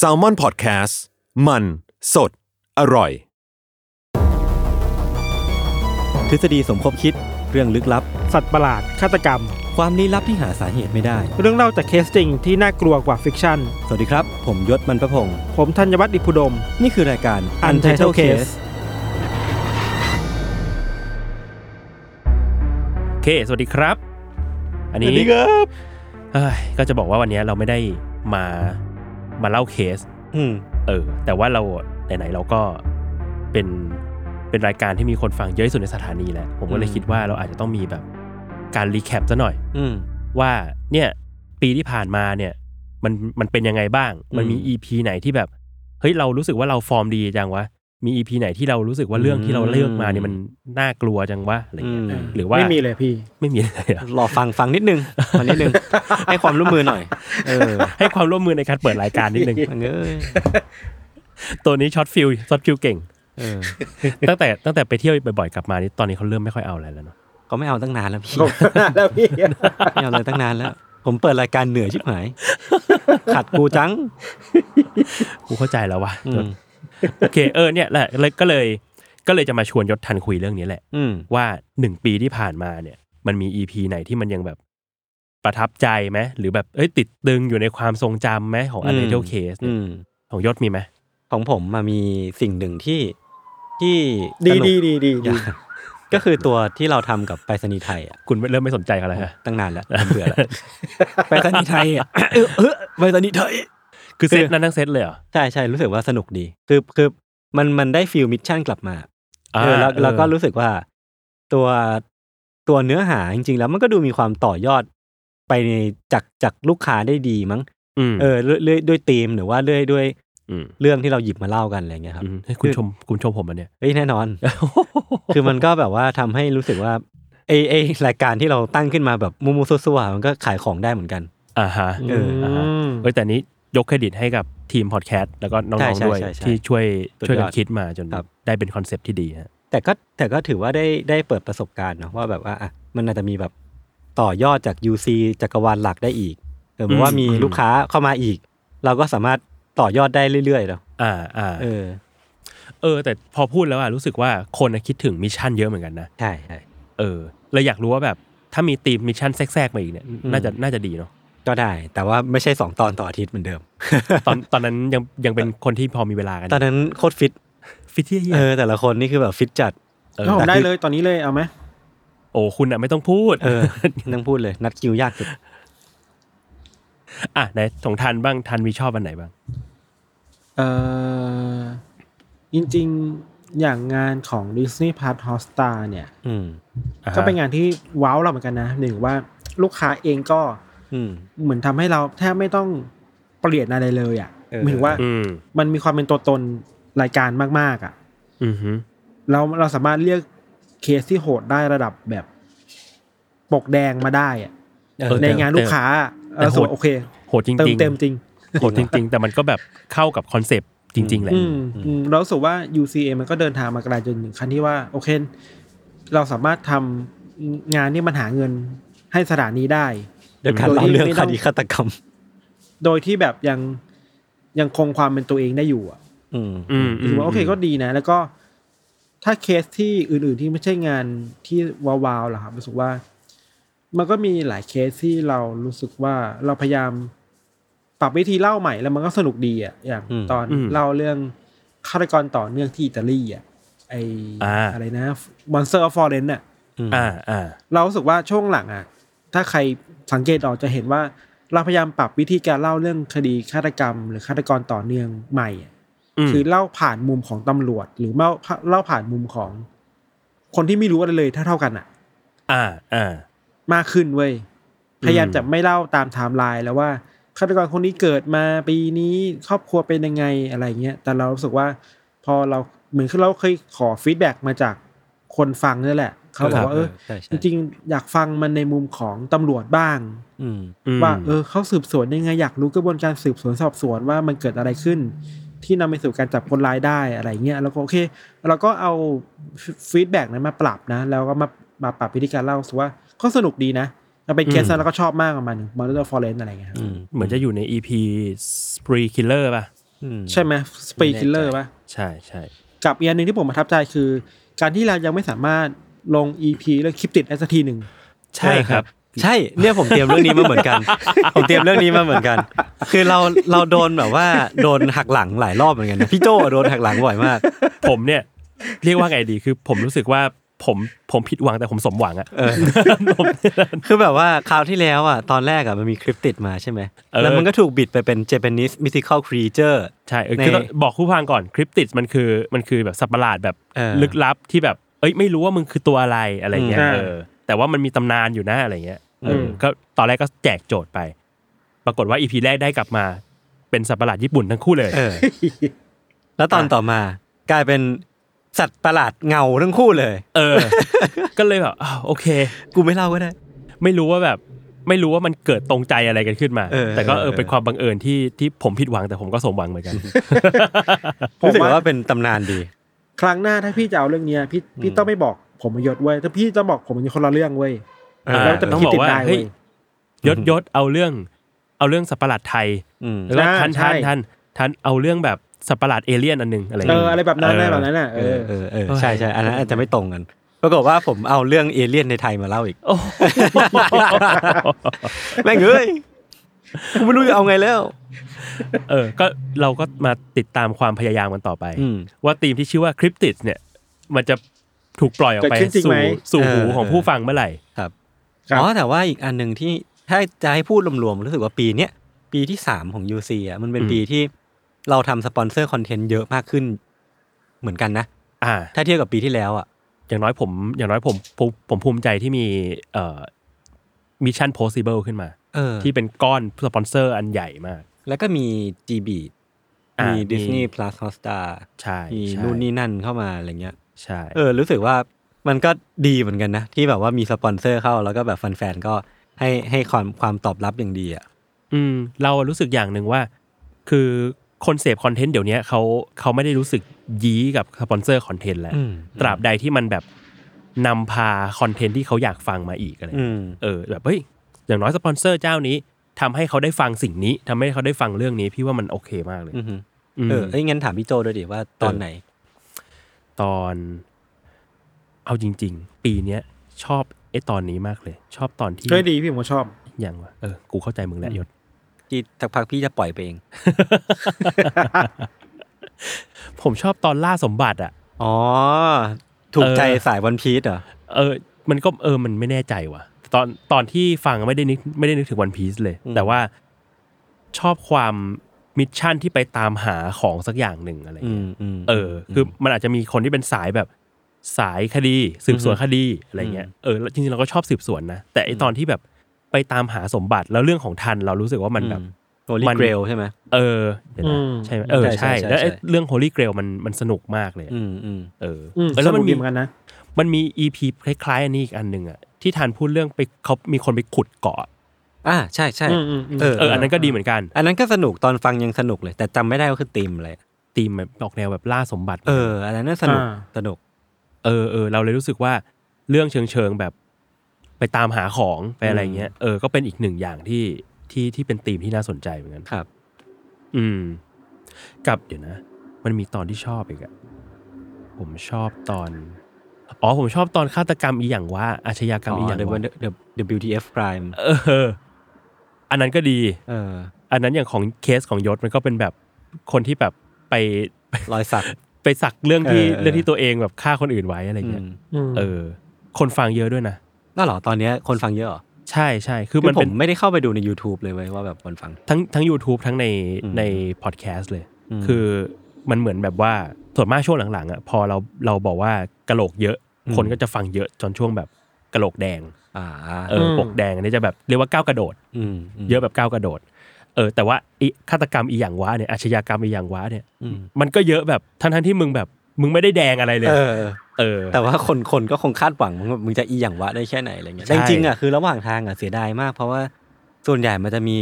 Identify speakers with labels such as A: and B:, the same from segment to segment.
A: s a l m o n PODCAST มันสดอร่อย
B: ทฤษฎีสมคบคิด เรื่องลึกลับ
C: สัตว์ประหลาด ฆาตกรรม
B: ความลี้ลับที่หาสาเหตุไม่ได้
C: เรื่องเล่าจากเคสจริงที่น่ากลัวกว่าฟิกชั่น
B: สวัสดีครับ ผมยศมันประพงศ์
C: ผมธัญวัฒน์อิพุดม
B: นี่คือรายการ
C: Untitled Case
D: โอเค สวัสดีครับ อันนี้เอ้ยก็จะบอกว่าวันนี้เราไม่ได้มา มาเล่าเคส
B: อืม
D: เออ แต่ว่าเราไหนๆเราก็เป็น เป็นรายการที่มีคนฟังเยอะที่สุดในสถานีแหละ ผมก็เล
B: อื
D: ย
B: ม
D: คิดว่าเราอาจจะต้องมีแบบการรีแคปซะหน่อย
B: อืม
D: ว่า เนี่ย ปีที่ผ่านมาเนี่ย มัน มันเป็นยังไงบ้าง มันมี
B: อืม
D: EP ไหนที่แบบ เฮ้ย เรารู้สึกว่าเราฟอร์มดีจังวะ มี EP ไหนที่เรารู้สึกว่าเรื่องที่เราเลือกมาเนี่ยมันน่ากลัวจังวะ อะไรอย่างเงี้ย
B: อืม
D: หรือว่า
C: ไม่มีเลยพี่
D: ไม่มีเลยเหรอ
B: รอฟังฟังนิดนึงฟังนิดนึง ให้ความร่วมมือหน่อย เออ
D: ให้ความร่วมมือในการเปิดรายการนิดนึง
B: เอ้ย
D: ตัวนี้ช็อตฟิลช็อตฟิลเก่ง
B: เออ
D: ตั้งแต่ตั้งแต่ไปเที่ยวบ่อยๆกลับมานี่ตอนนี้เขาเริ่มไม่ค่อยเอาอะไรแล้วเนาะ
B: เขาไม่เอาตั้งนานแล้วพี่
C: แล้ว พี่
B: ไม่เอาเลยตั้งนานแล้ว ผมเปิดรายการเหนื่อยชิบหาย ขัดกูจัง
D: กูเข้าใจแล้วว่ะ
B: อืม
D: โอเคเออเนี่ยแหละเลยก็เลยก็เลยจะมาชวนยศทันคุยเรื่องนี้แหละ
B: อืม
D: ว่าหนึ่งปีที่ผ่านมาเนี่ย มันมีอีพีไหนที่มันยังแบบประทับใจไหมหรือแบบเอ้ยติดตึงอยู่ในความทรงจำไหมของอันเดอร์เคส
B: อืม
D: ของยศมีไหม
B: ของผมมามีสิ่งหนึ่งที่ที่
C: ดี
B: สนุก
C: ดีดีดี
B: อย่าง ก็คือตัวที่เราทำกับไปรษณีย์ไทยอ่ะ
D: คุณเริ่มไม่สนใจเขาแล้วฮะ
B: ตั้งนานแล้วผมเบื่อแล้ว ไปสนิไทยอ่ะ เออเออไปสนิไทย
D: คือ
B: คือ
D: เซตนั้นทั้งเซตเลยเหรอ
B: ใช่ใช่รู้สึกว่าสนุกดี คือคือมันมันได้ฟิลมิชชั่นกลับมา
D: อ่า
B: เออแล้วแล้วก็
D: เออ
B: รู้สึกว่าตัวตัวเนื้อหาจริง ๆ แล้วมันก็ดูมีความต่อยอดไปในจากจากลูกค้าได้ดีมั้ง
D: อืม
B: เออเรื่อยเรื่อยด้วยธีมหรือว่าเรื่อยด้วย
D: ม
B: เรื่องที่เราหยิบมาเล่ากันอะไรเงี้ยครับ
D: อืมเฮ้ยคุณชมคุณชมผมอันเนี่ย
B: เอ้ยแน่นอน คือมันก็แบบว่าทำให้รู้สึกว่าไอไอรายการที่เราตั้งขึ้นมาแบบมูมูซัวๆมันก็ขายของได้เหมือนกัน
D: อ่าฮะ
B: เออ
D: อ่าฮะเอ้ยแต่นี้ยกเครดิตให้กับทีมพอดแคสต์แล้วก็น้อง
B: ใช่
D: ๆด้วย
B: ใช่ใช่
D: ที่ช่วย
B: สุดยอด
D: ช่วยกันคิดมาจน
B: ครับ
D: ได้เป็นคอนเซปต์ที่ดีฮะ
B: แต่ก็แต่ก็ถือว่าได้ได้เปิดประสบการณ์เนาะว่าแบบว่าอ่ะมันอาจจะมีแบบต่อยอดจาก UC จักรวาลหลักได้อีกเออหรือว่ามีลูกค้าเข้ามาอีก เราก็สามารถต่อยอดได้เรื่อยๆเนาะ
D: อ่าอ่า
B: เออ
D: เออ แต่พอพูดแล้วอะรู้สึกว่าคนอะคิดถึงมิชชั่นเยอะเหมือนกันนะ
B: ใช่ใช่
D: เออเลยอยากรู้ว่าแบบถ้ามีทีมมิชชั่นแทรกๆมาอีกเนี่ยน่าจะน่าจะดีเนาะ
B: ก็ได้ แต่ว่าไม่ใช่สองตอนต่ออาทิตย์เหมือนเดิม
D: ตอนตอนนั้นยังยังเป็นคนที่พอมีเวลากัน
B: ตอนนั้นโคตรฟิต
D: ฟิตเทีย
B: เออแต่ละคนนี่คือแบบฟิตจัด
D: เอ
C: ผม
D: อ
B: แต่คือ
C: ได้เลยตอนนี้เลยเอาไหม
D: โอ้คุณอะไม่ต้องพูด
B: เออ นั่งพูดเลย นัดคิวยากสุด
D: อ่ะไหนสงทันบ้างทันมีชอบอันไหนบ้าง
C: เออจริงๆ อย่างงานของ Disney Plus Hotstar เนี่ย
B: อืม
D: อ่าฮะ
C: ก็เป็นงานที่ว้าวเราเหมือนกันนะ หนึ่งว่าลูกค้าเองก็
B: อืม
C: เหมือนทำให้เราแทบไม่ต้องเปลี่ยนอะไรเลยอ่ะ
B: เออ
C: หมายถึงว่า
D: อืม
C: มันมีความเป็นตัวตนรายการมากๆอ่ะ
D: อือฮึ
C: เราเราสามารถเรียกเคสที่โหดได้ระดับแบบปกแดงมาได้อะ
B: เออ
C: ในงานลูกค้าเราสวดโอเค
D: โหดจริง
C: เติม
D: ๆ
C: เต็มจริง
D: โหดจริง ๆ แต่มันก็แบบเข้ากับคอนเซปต์จริงๆแหละ
C: อืมอืมเราสูว่า UCA มันก็เดินทางมาไกลจนถึงขั้นที่ว่า โอเค เราสามารถทำงานที่มันหาเงินให้สถานีได้
B: โดยการเล่าเรื่องคดีฆาตกรรม
C: โดยที่แบบยังยังคงความเป็นตัวเองได้อยู่อะ
B: อืม
D: อืม
C: ถือว่าโอเคก็ดีนะ แล้วก็ถ้าเคสที่อื่น ๆ ที่ไม่ใช่งานที่วาวๆล่ะครับรู้สึกว่า มันก็มีหลายเคสที่เรารู้สึกว่าเราพยายามปรับวิธีเล่าใหม่แล้วมันก็สนุกดีอ่ะอย่าง
B: อืม
C: ตอน
D: อืม
C: เล่าเรื่องฆาตกรต่อเนื่องที่อิตาลีอ่ะไอ
D: อ่า
C: อะไรนะ Monster of Florence อ่ะ
B: อืม
D: อ่าอ่า
C: เรารู้สึกว่าช่วงหลังอ่ะ ถ้าใครสังเกตออกจะเห็นว่า เราพยายามปรับวิธีการเล่าเรื่องคดีฆาตกรรม หรือฆาตกรต่อเนื่องใหม่อะ
D: อืม
C: คือเล่าผ่านมุมของตำรวจ หรือเล่าเล่าผ่านมุมของ คนที่ไม่รู้อะไรเลยเท่าเท่าๆกันอ่ะ
D: อ่าอ่า
C: มากขึ้นเว้ย พยายาม
D: อืม
C: จะไม่เล่าตามไทม์ไลน์แล้วว่า ฆาตกรคนนี้เกิดมาปีนี้ครอบครัวเป็นยังไงอะไรเงี้ย แต่เรารู้สึกว่าพอเราเหมือนคือเราเคยขอฟีดแบ็กมาจากคนฟังนี่แหละ เขาบอกว่าเออ
B: ใช่ใช่
C: จริงๆ อยากฟังมันในมุมของตำรวจบ้าง
B: อืม
D: ม
C: ว่าเออเขาสืบสวนยังไงอยากรู้กระบวนการสืบสวนสอบสวนว่ามันเกิดอะไรขึ้น ที่นำไปสู่การจับคนร้ายได้อะไรเงี้ยแล้วก็โอเคเราก็เอาฟีดแบ็กนั้นมาปรับนะ แล้วก็มามาปรับวิธีการเล่ารู้สึกว่าก็สนุกดีนะมันเป็นเคสนั้นแล้วก็ชอบมากประมาณนึงมอนเตอร์ฟอร์เรนอะไรเงี้ยครับ
B: อืม
D: เหมือนจะอยู่ใน EP Spree Killer ป่ะ
B: อืม
C: ใช่ไหมสปีคิลเลอร์ปะ
D: ใช่ใช่
C: กับอีกอันหนึ่งที่ผมประทับใจคือ การที่เรายังไม่สามารถลง EP เรื่องคลิปติดได้สักทีหนึ่ง
B: ใช่ครับ ใช่เนี่ยผมเตรียมเรื่องนี้มาเหมือนกัน ผมเตรียมเรื่องนี้มาเหมือนกัน คือเราเราโดนแบบว่าโดนหักหลังหลายรอบเหมือนกันนะพี่โจโดนหักหลังบ่อยมาก
D: ผมเนี่ย เรียกว่าไงดีคือผมรู้สึกว่าผมผมผิดหวังแต่ผมสมหวังอะ
B: เออ คือแบบว่าคราวที่แล้วอ่ะตอนแรกอ่ะมันมีคลิปติดมาใช่ไหม
D: เออ
B: แล้วมันก็ถูกบิดไปเป็น Japanese mythical creature
D: ใช่เออคือ
B: ใน
D: ต้องบอกคู่ฟังก่อนคริปติดมันคือมันคือแบบสัตว์ประหลาดแบบ
B: เออ
D: ลึกลับที่แบบ เอ้ยไม่รู้ว่ามึงคือตัวอะไรอะไรเงี้ย
B: อืม
D: เออแต่ว่ามันมีตำนานอยู่นะอะไรเงี้ยเออ
B: ม
D: ก็ตอนแรกก็แจกโจทย์ไป ปรากฏว่าอีพีแรกได้กลับมา เป็นสัตว์ประหลาดญี่ปุ่นทั้งคู่เลย
B: เออ แล้วตอนต่อมากลายเป็นสัตว์ประหลาดเงาทั้งคู่เลย
D: เออ ก็เลยแบบอ้าวโอเค
B: กูไม่เล่าก็ได้
D: ไม่รู้ว่าแบบไม่รู้ว่ามันเกิดตรงใจอะไรกันขึ้นมา
B: เออ
D: แต่ก็เอ
B: เอ
D: อ
B: อ
D: เป็นความบังเอิญที่ที่ผมผิดหวังแต่ผมก็สมหวังเหมือนกัน
C: ผม
B: รู้สึก
C: ว่า
B: ว่าเป็นตำนานดี
C: ครั้งหน้าถ้าพี่จะเอาเรื่องเนี้ยพี่พี่ต้องไม่บอกผมมายศเว้ยถ้าพี่จะบอกผมมันคนละเรื่องเว้ย
D: เออ
C: แล้วจะ
D: ต้อง
C: คิด
D: บอก
C: ติด
D: ว่า
C: ได้
D: เฮ้
C: เว้
D: ย
C: ย
D: ยศยศเอาเรื่อง เอาเรื่องสัตว์ประหลาดไทย
B: อืม
D: แล้วก็ทัน
C: ใช่
D: ทัน
C: ใช่
D: ทันทันเอาเรื่องแบบสัตว์ประหลาดเอเลี่ยนอันหนึงอะไร
C: เอ
D: เงี้
C: อย อะไรแบบนั้นอะไร
D: เออ
C: แบบนั้นน่ะ
B: เอ
C: เอ
B: อ
C: อ
B: เออเออ
D: เออ
B: ใช่ใช่อันนั้นอาจจะไม่ตรงกันปรากฏว่าผมเอาเรื่องเอเลี่ยนในไทยมาเล่าอีก
D: โอ้โห
B: แม่งเอ้ยกูไม่รู้จะเอาไงแล้ว
D: เออ ก็เราก็มาติดตามความพยายามกันต่อไป
B: อืม
D: ว่าทีมที่ชื่อว่าคริปติดเนี่ย มันจะถูกปล่อยออกไป
C: เกิดขึ้นจริง
D: สู่
C: ไหม
D: สู่หู
B: เออ
D: ของผู้ฟังเมื่อไหร่
B: ครับ
C: ครับ
B: อ๋อแต่ว่าอีกอันหนึ่งที่ถ้าจะให้พูดรวมๆรู้สึกว่าปีเนี้ยปีที่สามของ UC อ่ะมันเป็น
D: อืม
B: ปีที่เราทำสปอนเซอร์คอนเทนต์เยอะมากขึ้น เหมือนกันนะ
D: อ่า
B: ถ้าเทียบกับปีที่แล้วอ่ะ
D: อย่างน้อยผมอย่างน้อยผมผมผมภูมิใจที่มีเอ่อมิชชั่น possible ขึ้นมา
B: เออ
D: ที่เป็นก้อนสปอนเซอร์อันใหญ่มาก
B: แล้วก็มี GB
D: อ่า
B: มี
D: มี
B: Disney Plus Hotstar
D: ใช่
B: มี
D: ใช่
B: นู่นนี่นั่นเข้ามาอะไรเงี้ย
D: ใช่
B: เออรู้สึกว่ามันก็ดีเหมือนกันนะ ที่แบบว่ามีสปอนเซอร์เข้าแล้วก็แบบแฟนๆก็ให้ให้ความความตอบรับอย่างดีอ่ะ
D: อืมเรารู้สึกอย่างหนึ่งว่า คือคนเสพคอนเทนต์เดี๋ยวนี้เขาเขาไม่ได้รู้สึกยี้กับสปอนเซอร์คอนเทนต์แล้ว
B: อืม
D: ตราบใดที่มันแบบนำพาคอนเทนต์ที่เขาอยากฟังมาอีกอะไรเงี้ย
B: อืม
D: เออแบบเฮ้ยอย่างน้อยสปอนเซอร์เจ้านี้ทำให้เขาได้ฟังสิ่งนี้ทำให้เขาได้ฟังเรื่องนี้พี่ว่ามันโอเคมากเลย
B: อือฮึ
D: ม
B: เออเอ้ยงั้นถามพี่โจด้วยดิว่าตอนไหน
D: ตอน เอาจริง ๆ ปีเนี้ยชอบไอ้ตอนนี้มากเลย ชอบตอนที่
C: เฮ้ยดีพี่ผมก็ชอบ
D: อย่างวะเออกูเข้าใจมึงแหละยศ
B: ที่สักพักพี่จะปล่อยไปเอง
D: ผมชอบตอนล่าสมบัติอ่ะ
B: อ๋อ ถูกใจ
D: เออ
B: สายวันพีชเหรอ
D: เออ มันก็เออมันไม่แน่ใจว่ะ ตอนตอนที่ฟังไม่ได้นึกไม่ได้นึกถึงวันพีซเลย แต่ว่าชอบความมิชชั่นที่ไปตามหาของสักอย่างหนึ่งอะไรอย่าง
B: อื
D: เงี้ย
B: มอืม
D: เอออ คือมันอาจจะมีคนที่เป็นสายแบบสายคดี สืบสวนคดีอะไรเงี้ย เออแล้วจริงๆเราก็ชอบสืบสวนนะ แต่ไอตอนที่แบบไปตามหาสมบัติแล้วเรื่องของทันเรารู้สึกว่ามันแบบ
B: อืม โอลิ
D: มัน
B: เกรลใช่ไหม
D: เออเดี๋ยวนะ
C: อืม
D: ใช่ไหมเออ
B: ใช่ใช่
D: ใช่
B: ใช่
D: แล้วไอ้
B: ใช่
D: เรื่อง Holy Grail มันมันสนุกมากเลย
B: อืมอืม
D: เออ
C: อืม
D: เออ
C: ส
D: แล้ว
C: นุ
D: มั
C: ก
D: น
C: ดี
D: มี
C: เหมือนกันนะ
D: มันมี EP คล้ายๆอันนี้อีกอันหนึ่งอ่ะที่ทันพูดเรื่องไปเขามีคนไปขุดเกาะ
B: อ่าใช่ใช่
C: อืมอืมอืม
B: เออ
D: เอออันนั้นก็ดีเหมือนกัน
B: อันนั้นก็สนุกตอนฟังยังสนุกเลย แต่จำไม่ได้ว่าคือธีมอะไร
D: ธีมแบบออกแนวแบบล่าสมบัติ
B: เออ อันนั้นน่าสนุก
C: อ่า
B: สนุก
D: เออเออเราเลยรู้สึกว่าเรื่องเชิงเชิงๆแบบไปตามหาของไปอะไรเงี้ยเออก็เป็นอีกหนึ่งอย่างที่ที่ที่เป็นธีมที่น่าสนใจเหมือนกัน
B: ครับ
D: อืม กับเดี๋ยวนะ มันมีตอนที่ชอบอีกอะผมชอบตอนอ๋อผมชอบตอนฆาตกรรมอีหยังว่าอาชญากรรมอีหยัง
B: เดอะ
D: ว่า
B: เดอะเดอะ WTF Prime
D: เออ อันนั้นก็ดี
B: เออ
D: อันนั้นอย่างของเคสของยศมันก็เป็นแบบคนที่แบบไปไป
B: รอยสัก
D: ไปสักเรื่องที่
B: เออเออ
D: เรื่องที่ตัวเองแบบฆ่าคนอื่นไว้อะไรเงี้ย
B: อืม
C: อืม
D: เออ คนฟังเยอะด้วยนะ
B: น่าเหรอตอนเนี้ยคนฟังเยอะเหรอ
D: ใช่ใช่คือ
B: คือ
D: มัน
B: ผ
D: เป็
B: ม
D: น
B: ไม่ได้เข้าไปดูใน YouTube เลยเว้ยว่าแบบคนฟัง
D: ทั้งทั้ง YouTube ทั้งใน
B: อืม
D: ในพอดแคสต์เลย
B: อืม
D: คือมันเหมือนแบบว่าส่วนมากช่วงหลังๆอ่ะพอเราเราบอกว่ากะโหลกเยอะ คนก็จะฟังเยอะจนช่วงแบบกะโหลกแดง
B: อ่า
D: เอออปกแดงอันนี้จะแบบเรียกว่าก้าวกระโดด
B: มม
D: เยอะแบบก้าวกระโดด เออแต่ว่าไอ้ฆาตกรรมอีหยังวะเนี่ยอาชญากรรมอีหยังวะเนี่ย
B: อืม
D: มันก็เยอะแบบทั้งๆที่มึงแบบมึงไม่ได้แดงอะไรเลย
B: เออ
D: เออ
B: แต่ว่าคนคนก็คงคาดหวังมึงว่ามึงจะอีหยังวะได้แค่ไหนอะไรเงี้ย
D: ใช่
B: แต่จริงๆอ่ะคือระหว่างทางอ่ะเสียดายมากเพราะว่าส่วนใหญ่มันจะมี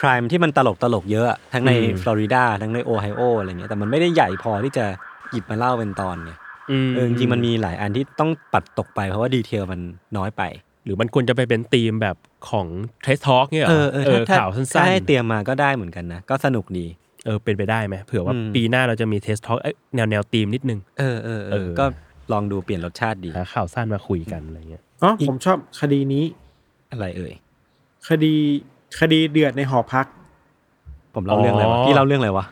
B: ครามที่มันตลกตลกๆเยอะอะทั้งในฟลอริดาทั้งในโอไฮโออะไรเงี้ยแต่มันไม่ได้ใหญ่พอที่จะหยิบมาเล่าเป็นตอนไง
D: อืม
B: เออจริงๆมันมีหลายอันที่ต้องปัดตกไปเพราะว่าดีเทลมันน้อยไป
D: หรือมันควรจะไปเป็นธีมแบบของเทสทอล์กเนี่ยหร
B: เออเออถ้ถ้
D: ข่าวสั้
B: ถ้าน ให้
D: ๆ
B: เตรียมมาก็ได้เหมือนกันนะก็สนุกดี
D: เออเป็นไปได้ไหมเผื่อว่า
B: อืม
D: ปีหน้าเราจะมีเทสทอล์กแนวแนวธีมนิดนึง
B: เออเออเอ
D: เอ
B: อ
D: อ
B: ก็ลองดูเปลี่ยนรสชาติดี
D: หาข่าวสั้นมาคุยกันอะไรเงี้ย
C: อ๋อผมชอบคดีนี้
B: อะไรเอ่ย
C: คดีคดีเดือดในหอพัก
B: ผมเล่าเรื่องอะไรวะพี่เล่าเรื่องอะไรวะ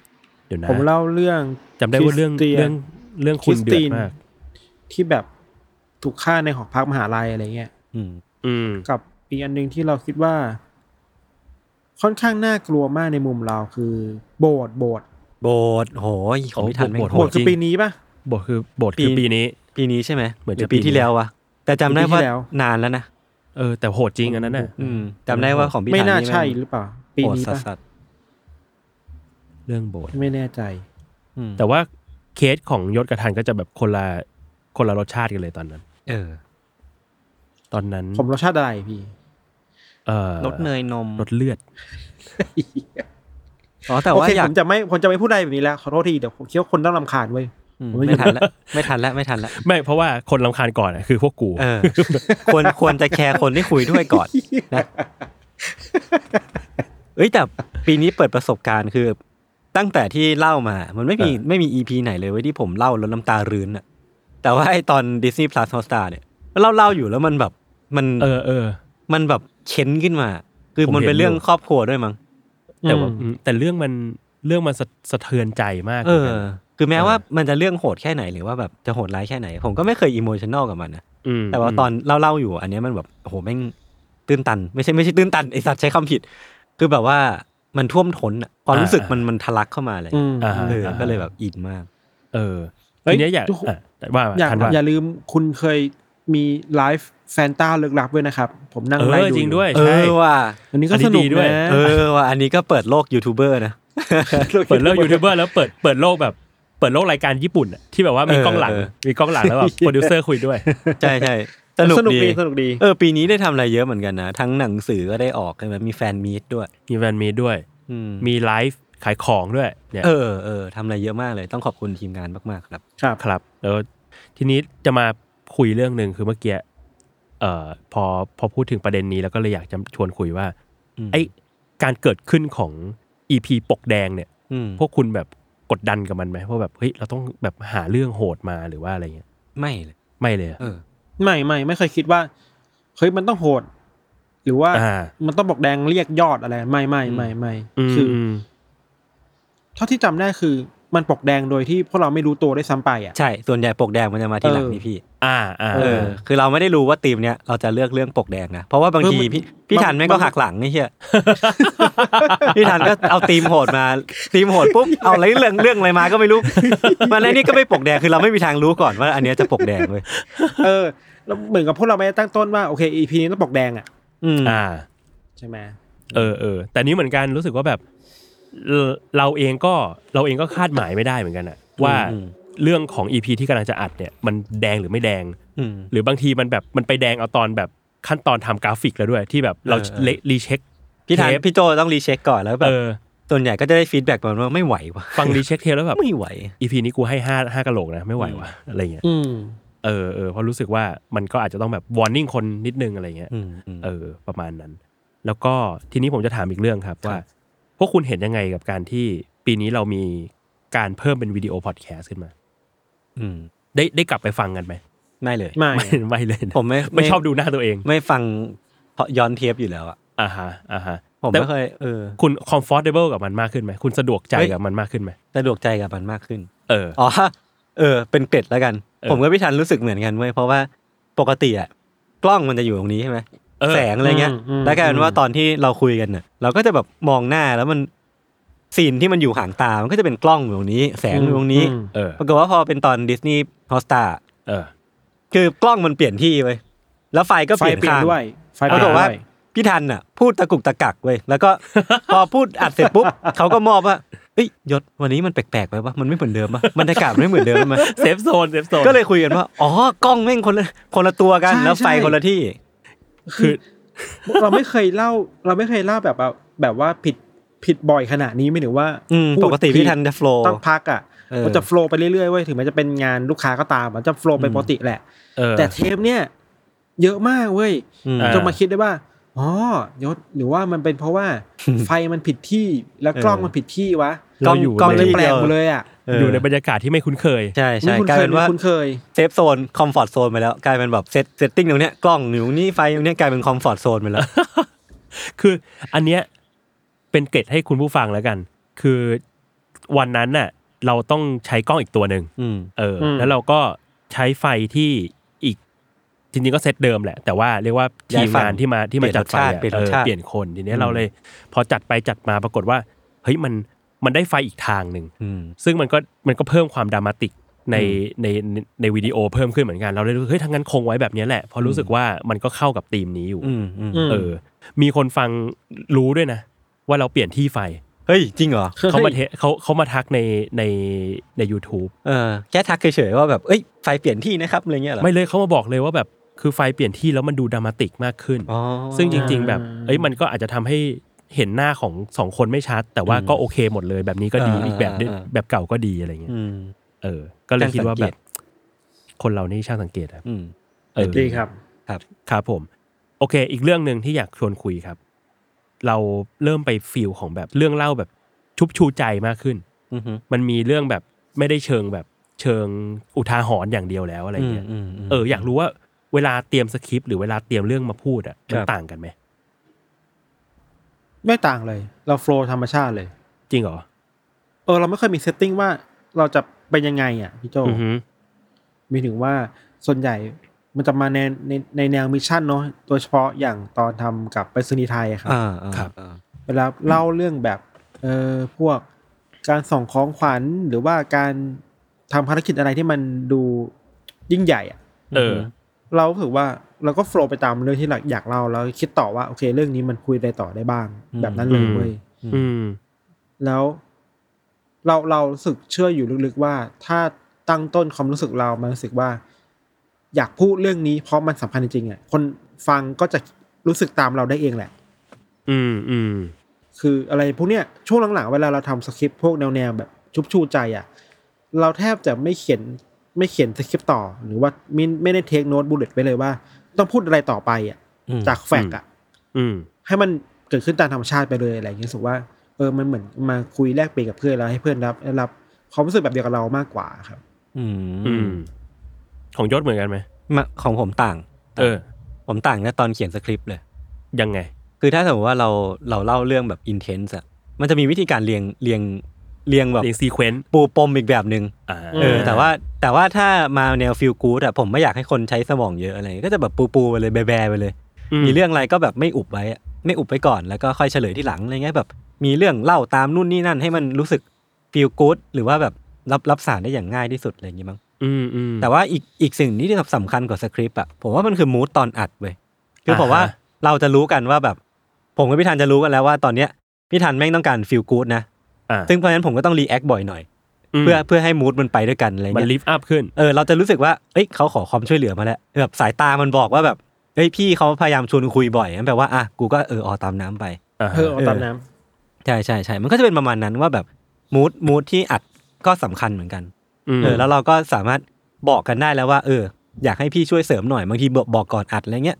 D: เดี๋ยวนะ
C: ผมเล่าเรื่อง
D: จำได้ว่าเรื่อง
C: คสตียน
D: เรื่องเรื่องคุณเดือดมาก
C: ที่แบบถูกฆ่าในหอพักมหาลัยอะไรเงี้ย
B: อืม
D: อืม
C: กับอีกอันหนึ่งที่เราคิดว่า ค่อนข้างน่ากลัวมากในมุมเราคือ โบสถ์โบสถ์
B: โบสถ์โหยของไม่ทันแม่ง
D: โบสถ์
B: โห
C: โบ
B: ด
C: สถ์คือ
D: จริง
C: ปีนี้ปะ
D: บทคือบทคือ
B: ปี
D: ปีนี้
B: ปีนี้ใช่ไหม
D: เหมือน
B: รื
D: จะ
B: ปี
D: ปี
B: ที่
D: นี้
B: แล้ววะแต่จำได้
C: ปีที่
B: ว่า
C: แล้ว
B: นานแล้วนะ
D: เออ แต่โหดจริงอันนั้นน่ะ
B: อืมจำได้ว่าของพี่
C: ไม่
B: ทัน
C: น่า
B: แง
C: ใช่หรือเปล่า ปี
B: โหด
C: นี้
B: สัส
C: ปะ
B: สัส
D: เรื่องโบท
C: ไม่แน่ใจ
B: อืม
D: แต่ว่าเคสของยศกับทันก็จะแบบคนละคนละรสชาติกันเลยตอนนั้น
B: เออ
D: ตอนนั้น
C: ผมรสชาติอะไรพี่
D: เออ
B: รสเนยนม
D: รสเลือด
B: อ๋อแต่
C: โอ
B: ว่า
C: เค
B: อยา
C: ผ
B: ก
C: มจะไม่ผมจะไม่พูดอะไรแบบนี้แล้วขอโทษทีเดี๋ยวผมคิดว่าคนต้องรำคาญเว้ย
B: อืม
C: ผมไม่
B: ไม่ทันแล้วไม่ทันแล้วไม่ทันแล้ว
D: ไม่เพราะว่าคนลำคาญก่อนอะคือพวกกู
B: เออ ควรควรจะแคร์คนที่คุยด้วยก่อนนะเอ้ยแต่ปีนี้เปิดประสบการณ์คือ ตั้งแต่ที่เล่ามา มันไม่มีไม่มีอีพีไหนเลยเว้ยที่ผมเล่าแล้วน้ำตารื้นอะแต่ว่าไอตอน Disney Plus Hotstar เนี่ยเล่าเล่าๆอยู่แล้วมันแบบมัน
D: เออเออ
B: มันแบบเข็นขึ้นมา คือ
D: ผม
B: มันเป็น
D: เห็นอยู่
B: เรื่องครอบครัวด้วยมั้ง
D: แต่ว่า
C: อืม
D: อืมแต่เรื่องมันเรื่องมันสะสะเทือนใจมาก
B: เอ
D: หมื
B: อ
D: นกัน
B: คือแม้ว่ามันจะเรื่องโหดแค่ไหนหรือว่าแบบจะโหดร้ายแค่ไหน ผมก็ไม่เคยอิโมชันแนลกับมันนะ
D: อืม
B: แต่ว่าตอนเล่าเล่าๆอยู่ อันเนี้ยมันแบบโอ้โหแม่งตื้นตัน ไม่ใช่ไม่ใช่ตื้นตันไอสัตว์ใช้คำผิด คือแบบว่ามันท่วมท้นอะความรู้สึกมันมันทะลักเข้ามาเลย
C: อืม
D: อ่า
B: เออ
D: อ่า
B: ก็เลยแบบอินมาก
D: เออ
C: เฮ้ย
D: ทีเนี้ยอยาก
C: ทุกคน
D: อ่ะว่ามา
C: อย่า
D: ทันว่า
C: อย่าลืมคุณเคยมีไลฟ์แฟนตาเลิกลับด้วยนะครับ ผมนั่ง
D: เอ
C: ไล่
D: อ
C: ดู
D: จริงด้วย
B: เอ
D: ใช่
B: อว่า
C: อันนี้ก็
D: อันนี้
C: สนุก
D: ดีด้วย
C: นะ
B: เออว่าอันนี้ก็เปิดโลกยูทูบเบอร์นะ
D: เปิดโลกยูทูบเบอร์แล้วเปิดเปิดโลกแบบเปิดโลกรายการญี่ปุ่นอะที่แบบว่ามีกล้องหลัง
B: เออเออ
D: มีกล้องหลังแล้วแบบโปรดิวเซอร์คุยด้วย
B: ใช่ใช่ส
C: ส
B: นุก
C: นุก
B: ดี
C: ดีสนุกดี
B: เออปีนี้ได้ทำอะไรเยอะเหมือนกันนะทั้งหนังสือก็ได้ออกใช่ไหมมีแฟนมีตด้วย
D: มีแฟนมีตด้วย
B: อืม
D: มีไลฟ์ขายของด้วยเนี่ย
B: เออเออทำอะไรเยอะมากเลยต้องขอบคุณทีมงานมากๆครับ
C: ครับ
D: ครับแล้วทีนี้จะมาคุยเรื่องหนึ่งคือเมื่อกี้เอ่อพอพอพูดถึงประเด็นนี้แล้วก็เลยอยากจะชวนคุยว่า
B: อืม
D: ไอการเกิดขึ้นของอีพีปกแดงเนี่ย
B: อืม
D: พวกคุณแบบกดดันกับมันไหมว่าแบบเฮ้ยเราต้องแบบหาเรื่องโหดมาหรือว่าอะไรเงี้ย
B: ไม่เลย
D: ไม่เลยอะ
B: เออ
C: ไม่ไม่ไม่เคยคิดว่าเฮ้ยมันต้องโหด หรือว่า
D: อ่า
C: มันต้องบอกแดงเรียกยอดอะไร ไม่ไม่ไม่ไม่
D: ม
C: คืออ
D: ม
C: เท่าที่จำได้คือมันปกแดงโดยที่พวกเราไม่รู้ตัวได้วยซ้ำไปอ่ะ
B: ใช่ ส่วนใหญ่ปกแดงมันจะมาที่หลัง
C: เออ
B: นี่พี่
D: อ่าอ่า
B: เออ คือเราไม่ได้รู้ว่าทีมเนี้ยเราจะเลือกเรื่องปกแดงนะเพราะว่าบางที
C: เออมัน
B: พี่พี่
C: มัน
B: ทันแม่งก็
C: มัน
B: หักหลังไอ้เหี้ย พี่ทันก็เอาทีมโหดมาทีมโหดปุ๊บ เอาอะไรเรื่องเรื่องอะไรมาก็ไม่รู้มันไอ้นี่ก็ไม่ปกแดงคือเราไม่มีทางรู้ก่อนว่า อันเนี้ยจะปกแดงเลย
C: เออแล้วเหมือนกับพวกเราไม่ได้ตั้งต้นว่าโอเคอีพีนี้ต้องปกแดงอ่ะ
B: อืม
D: อ่า
C: ใช่ไหม
D: เออเออแต่นี้เหมือนกันรู้สึกว่าแบบเอ่อเราเองก็เราเองก็คาดหมายไม่ได้เหมือนกันอะว่าเรื่องของอีพีที่กำลังจะอัดเนี่ยมันแดงหรือไม่แดง
B: อืม
D: หรือบางทีมันแบบมันไปแดงเอาตอนแบบขั้นตอนทำกราฟิกแล้วด้วย ที่แบบเรา
B: เออเออ
D: เลรีเช็ค
B: พี่ทัน
D: เทป
B: พี่โจต้องรีเช็คก่อนแล้วแบ
D: เอบ อ
B: ส่วนใหญ่ก็จะได้ฟีดแบ็กมาว่าไม่ไหวว่ะ
D: ฟังรีเช็คเทปแล้วแบบ
B: ไม่ไหว
D: อีพีนี้กูให้ห้าห้ากะโหลกนะไม่ไหววะอะไรเงี้ย
C: อืม
D: เออเออเพราะรู้สึกว่ามันก็อาจจะต้องแบบวอร์นิ่งคนนิดนึงอะไรเงี้ย
B: อืมอืม
D: เออประมาณนั้น แล้วก็ทีนี้ผมจะถามอีกเรื่องครับ
B: ครับ
D: ว่า พวกคุณเห็นยังไงกับการที่ปีนี้เรามีการเพิ่มเป็นวิดีโอพอดแคสต์ขึ้นมา
B: อืม
D: ได้ได้กลับไปฟังกันไหม
B: ไม่เลย
C: ไม่
D: ไม่ไม่เลยนะ
B: ผมไม่
D: ไม่ชอบดูหน้าตัวเอง
B: ไม่ฟังเพราะย้อนเทปอยู่แล้วอะ
D: อ่าฮะอ่าฮะ
B: ผม
D: แต่
B: ไม่เคยเออ
D: คุณ comfortable กับมันมากขึ้นไหมคุณสะดวกใจ
B: เฮ้ย
D: กับมันมากขึ้นไหม
B: สะดวกใจกับมันมากขึ้น
D: เออ
B: อ๋อ เออ เป็นเกร็ดแล้วกัน
D: เออ
B: ผมกับพี่ทันรู้สึกเหมือนกันเว้ยเพราะว่าปกติอะกล้องมันจะอยู่ตรงนี้ใช่ไหม
D: เออ
B: แสงอะไรเงี้ย
C: อืมอืม
B: แล้วกลายเป็นว่าตอนที่เราคุยกันน่ะ เราก็จะแบบมองหน้าแล้วมันซีนที่มันอยู่ห่างตา มันก็จะเป็นกล้องอยู่ตรงนี้ แสงอยู่ตรงนี้
C: อืม
D: เออ
B: ปรากฏว่าพอเป็นตอนดิสนีย์ฮอสตา
D: เออ
B: คือกล้องมันเปลี่ยนที่เว้ยแล้วไฟก็
C: ไฟ
B: เปลี่ยน
C: เปลี่ยน
B: ข้าง
C: ด้วย ไฟ
B: ปรากฏว่า
C: ด้วย
B: พี่ทันอ่ะ พูดตะกุกตะกักเว้ยแล้วก็ พอพูดอัดเสร็จปุ๊บเขาก็มอบว่าเอ้ยยศวันนี้มันแปลกๆไปปะมันไม่เหมือนเดิมปะบรรยากาศมันไม่เหมือนเดิมไหมย
D: เซฟโซนเซฟโซน
B: ก็เลยคุยกันว่า อ๋อ กล้องแม่งคนละคนละตัวกัน
C: ใช่
B: แล้วไฟ
C: ใช่
B: คนละที่
D: คือ
C: เราไม่เคยเล่า เราไม่เคยเล่าแบบว่าแบบว่าผิดผิดบ่อยขนาดนี้ไม่ถึงว่า
B: อืม
C: พูด
B: ปกติพี่
C: ผิด
B: ทันจะ flow
C: ต้องพักอ่ะ
B: เออ
C: มันจะโฟล์ไปเรื่อยๆเว้ยถึงแม้จะเป็นงานลูกค้าก็ตามมันจะโฟล์ไปปกติแหละ
D: เออ
C: แต่เทปเนี่ย เยอะมากเว้ย
B: อืม
D: อ่า
C: จนมาคิดได้ว่าอ๋อยศหรือว่ามันเป็นเพราะว่า ไฟมันผิดที่แล้วกล้องมันผิดที่วะ
B: กล้อง
D: เราอยู่
B: กล้อง
C: เลย
B: ที่
C: แปล
B: เดี
C: ก
B: ยว
C: หมดเลยอ่ะ
B: เ
D: อยู่ในบรรยากาศที่ไม่คุ้นเคย
B: ใช่
C: นี่
B: ใช่
C: คุณ
B: กลาย
C: เคย
B: เป็นว่า
C: นี่คุณเคย
B: เซฟโซนคอมฟอร์ตโซนไปแล้ว กลายเป็นแบบเซตเซตติ้งตรงเนี้ยกล้องอยู่นี่ไฟตรงเนี้ยกลายเป็นคอมฟอร์ตโซนไปแล้ว
D: คืออันเนี้ยเป็นเกร็ดให้คุณผู้ฟังแล้วกัน คือวันนั้นน่ะ เราต้องใช้กล้องอีกตัวหนึ่ง
B: อืม
D: เอออ
C: ม
D: แล้วเราก็ใช้ไฟที่อีก จริงๆก็เซตเดิมแหละ แต่ว่าเรียกว่าที
B: ย้าย
D: ม
B: ฝั่ง
D: งานที่มาที่มาจัดไฟอะ
B: เปลี่ยนรสชาติ
D: เออเปลี่ยนคนทีเนี้
B: อื
D: ย
B: ม
D: เราเลย พอจัดไปจัดมาปรากฏว่าเฮ้ยมันมันได้ไฟอีกทางหนึ่ง
B: อืม
D: ซึ่งมันก็มันก็เพิ่มความดรามาติกใน
B: อืม
D: ในในในวิดีโอเพิ่มขึ้นเหมือนกันเราเลยรู้สึกเฮ้ยทางนั้นคงไว้แบบเนี้ยแหละเพอรู้สึกว่ามันก็เข้ากับธีมนี้อยู่
B: อืมอืม
C: อืม
D: เออ มีคนฟังรู้ด้วยนะ ว่าเราเปลี่ยนที่ไฟ
B: เฮ้ย จริงเหรอ
D: เขามาเทเขาเขามาทักในในใน u t u b e
B: เออ แค่ทักเฉยๆว่าแบบ เอ้ย ไฟเปลี่ยนที่นะครับ อะไรเงี้ยเหรอ
D: ไม่เลยเขามาบอกเลยว่าแบบคือไฟเปลี่ยนที่แล้วมันดูดรามาติกมากขึ้น
B: อ๋อ
D: ซึ่งจริง ๆ แบบเอ้ยมันก็อาจจะทำให้เห็นหน้าของสองคนไม่ชัด แต่ว่าก็โอเคหมดเลย แบบนี้ก็ดี
B: อ่า
D: อีกแบบนึง
B: อ่า
D: แบบเก่าก็ดีอะไรเงี้ย
B: อืม
D: เออ ก็เลยคิดว่าแบ
B: ช่างสั
D: บ
B: งเก
D: คนเรานี่ช่างสังเกตครับ
B: อืม
D: เออ
C: ดีครับ
D: ครับผม โอเค อีกเรื่องหนึ่งที่อยากชวนคุยครับ เราเริ่มไปฟิลของแบบเรื่องเล่าแบบชุบชูใจมากขึ้น
B: อืม
D: มันมีเรื่องแบบไม่ได้เชิงแบบเชิงอุทาหรณ์อย่างเดียวแล้วอะไรเงี้ย
B: อืมอืม
D: เอออยากรู้ว่าเวลาเตรียมสคริปต์หรือเวลาเตรียมเรื่องมาพูดอ่ะมั
B: คน รับ
D: ต่างกันไหม
C: ไม่ต่างเลย เราโฟล์ธรรมชาติเลย
D: จริงเหรอ
C: เออเราไม่เคยมีเซตติ้งว่าเราจะเป็นยังไงอ่ะพี่โจ
D: อือฮึ
C: มีถึงว่าส่วนใหญ่มันจะมาในในในแนวมิชชั่นเนาะโดยเฉพาะอย่างตอนทำกับไปรษณีย์ไทยอะครับ
B: อ่าอ่าอ่า
C: เวลาเล่าเรื่องแบบเออพวกการส่งของขวัญหรือว่าการทำภารกิจอะไรที่มันดูยิ่งใหญ่อะ
D: เออ
C: เราถือว่าเราก็โฟล์ไปตามเรื่องที่อยากเล่าแล้วคิดต่อว่าโอเค เรื่องนี้มันคุยอะไรต่อได้บ้าง
B: อืม
C: แบบนั้นเลย
D: อืม
C: เว้ย
D: อืม
C: แล้วเราเรารู้สึกเชื่ออยู่ลึกๆว่า ถ้าตั้งต้นความรู้สึกเรามันรู้สึกว่า อยากพูดเรื่องนี้เพราะมันสำคัญจริงๆอ่ะคนฟังก็จะรู้สึกตามเราได้เองแหละ
D: อืมอืม
C: คืออะไรพวกเนี้ยช่วงหลังๆเวลาเราทำสคริปต์พวกแนวๆแบบชุบชูใจอ่ะเราแทบจะไม่เขียนไม่เขียนสคริปต์ต่อ หรือว่าไม่ไม่ได้เทคโน้ตบูเลตไปเลยว่า ต้องพูดอะไรต่อไปอ่ะ
B: อืม
C: จากแฟกต์อ่ะ
D: อืม
C: ให้มันเกิดขึ้นตามธรรมชาติไปเลยอะไรอย่างเงี้ยรู้สึกว่าเออมันเหมือนมาคุยแลกเปลี่ยนกับเพื่อนแล้วให้เพื่อนรับได้รับความรู้สึกแบบเดียวกับเรามากกว่าครับ
B: อืม
D: อืมของยศเหมือนกันไหม
B: มาของผมต่าง
D: เออ
B: ผมต่างนะตอนเขียนสคริปต์เลย
D: ยังไง
B: คือถ้าสมมติว่าเราเราเล่าเรื่องแบบอินเทนส์อะมันจะมีวิธีการเรียงเรียงเรียงแบบ
D: เรียงซีเควนต์
B: ปูปมอีกแบบหนึ่ง
D: อ่า
B: เออแต่ว่าแต่ว่าถ้ามาแนวฟิลกู๊ดอะผมไม่อยากให้คนใช้สมองเยอะอะไรเงี้ยก็จะแบบปูปูไปเลยแบแบไปเลย มีเรื่องอะไรก็แบบไม่อุบไว้อะไม่อุบไว้ก่อนแล้วก็ค่อยเฉลยที่หลังอะไรเงี้ยแบบมีเรื่องเล่าตามนู่นนี่นั่นให้มันรู้สึกฟิลกู๊ดหรือว่าแบบรับรับสารได้อย่างง่ายที่สุดอะไรอย่างงี้มั้ง
D: อืมอืม
B: แต่ว่าอีกอีกสิ่งนี้ที่สำคัญกว่าสคริปต์อะผมว่ามันคือมูดตอนอัดเว้ยคือผม
D: อ่าฮะ
B: ว่าเราจะรู้กันว่าแบบ ผมกับพี่ธันจะรู้กันแล้วว่าตอนเนี้ยพี่ธันแม่งต้องการฟิลกู๊ดนะ
D: อ่า
B: ซึ่งเพราะฉะนั้นผมก็ต้องรีแอคบ่อยหน่อย
D: ม
B: เพื่อเพื่อให้มูดมันไปด้วยกันอะไร
D: มัน
B: เงี้ย
D: ลิฟต์อัพขึ้น
B: เออเราจะรู้สึกว่าเอ้ยเขาขอความช่วยเหลือมาแล้วแบบสายตามันบอกว่าแบบเอ้ยพี่เขาพยายามชวนคุยบ่อยงั้นแปลว่าอ่ะกูก็เออออตามน้ำไป
D: อ่าฮะ
C: เออเอาตามน้ำ
B: ใช่ใช่ใช่มันก็จะเป็นประมาณนั้นว่าแบบมูดมูดที่อัดก็สำคัญเหมือนกัน
D: ม
B: เออแล้วเราก็สามารถบอกกันได้แล้วว่า เออ อยากให้พี่ช่วยเสริมหน่อยบางทีบอกบอกก่อนอัดอะไรเงี้ย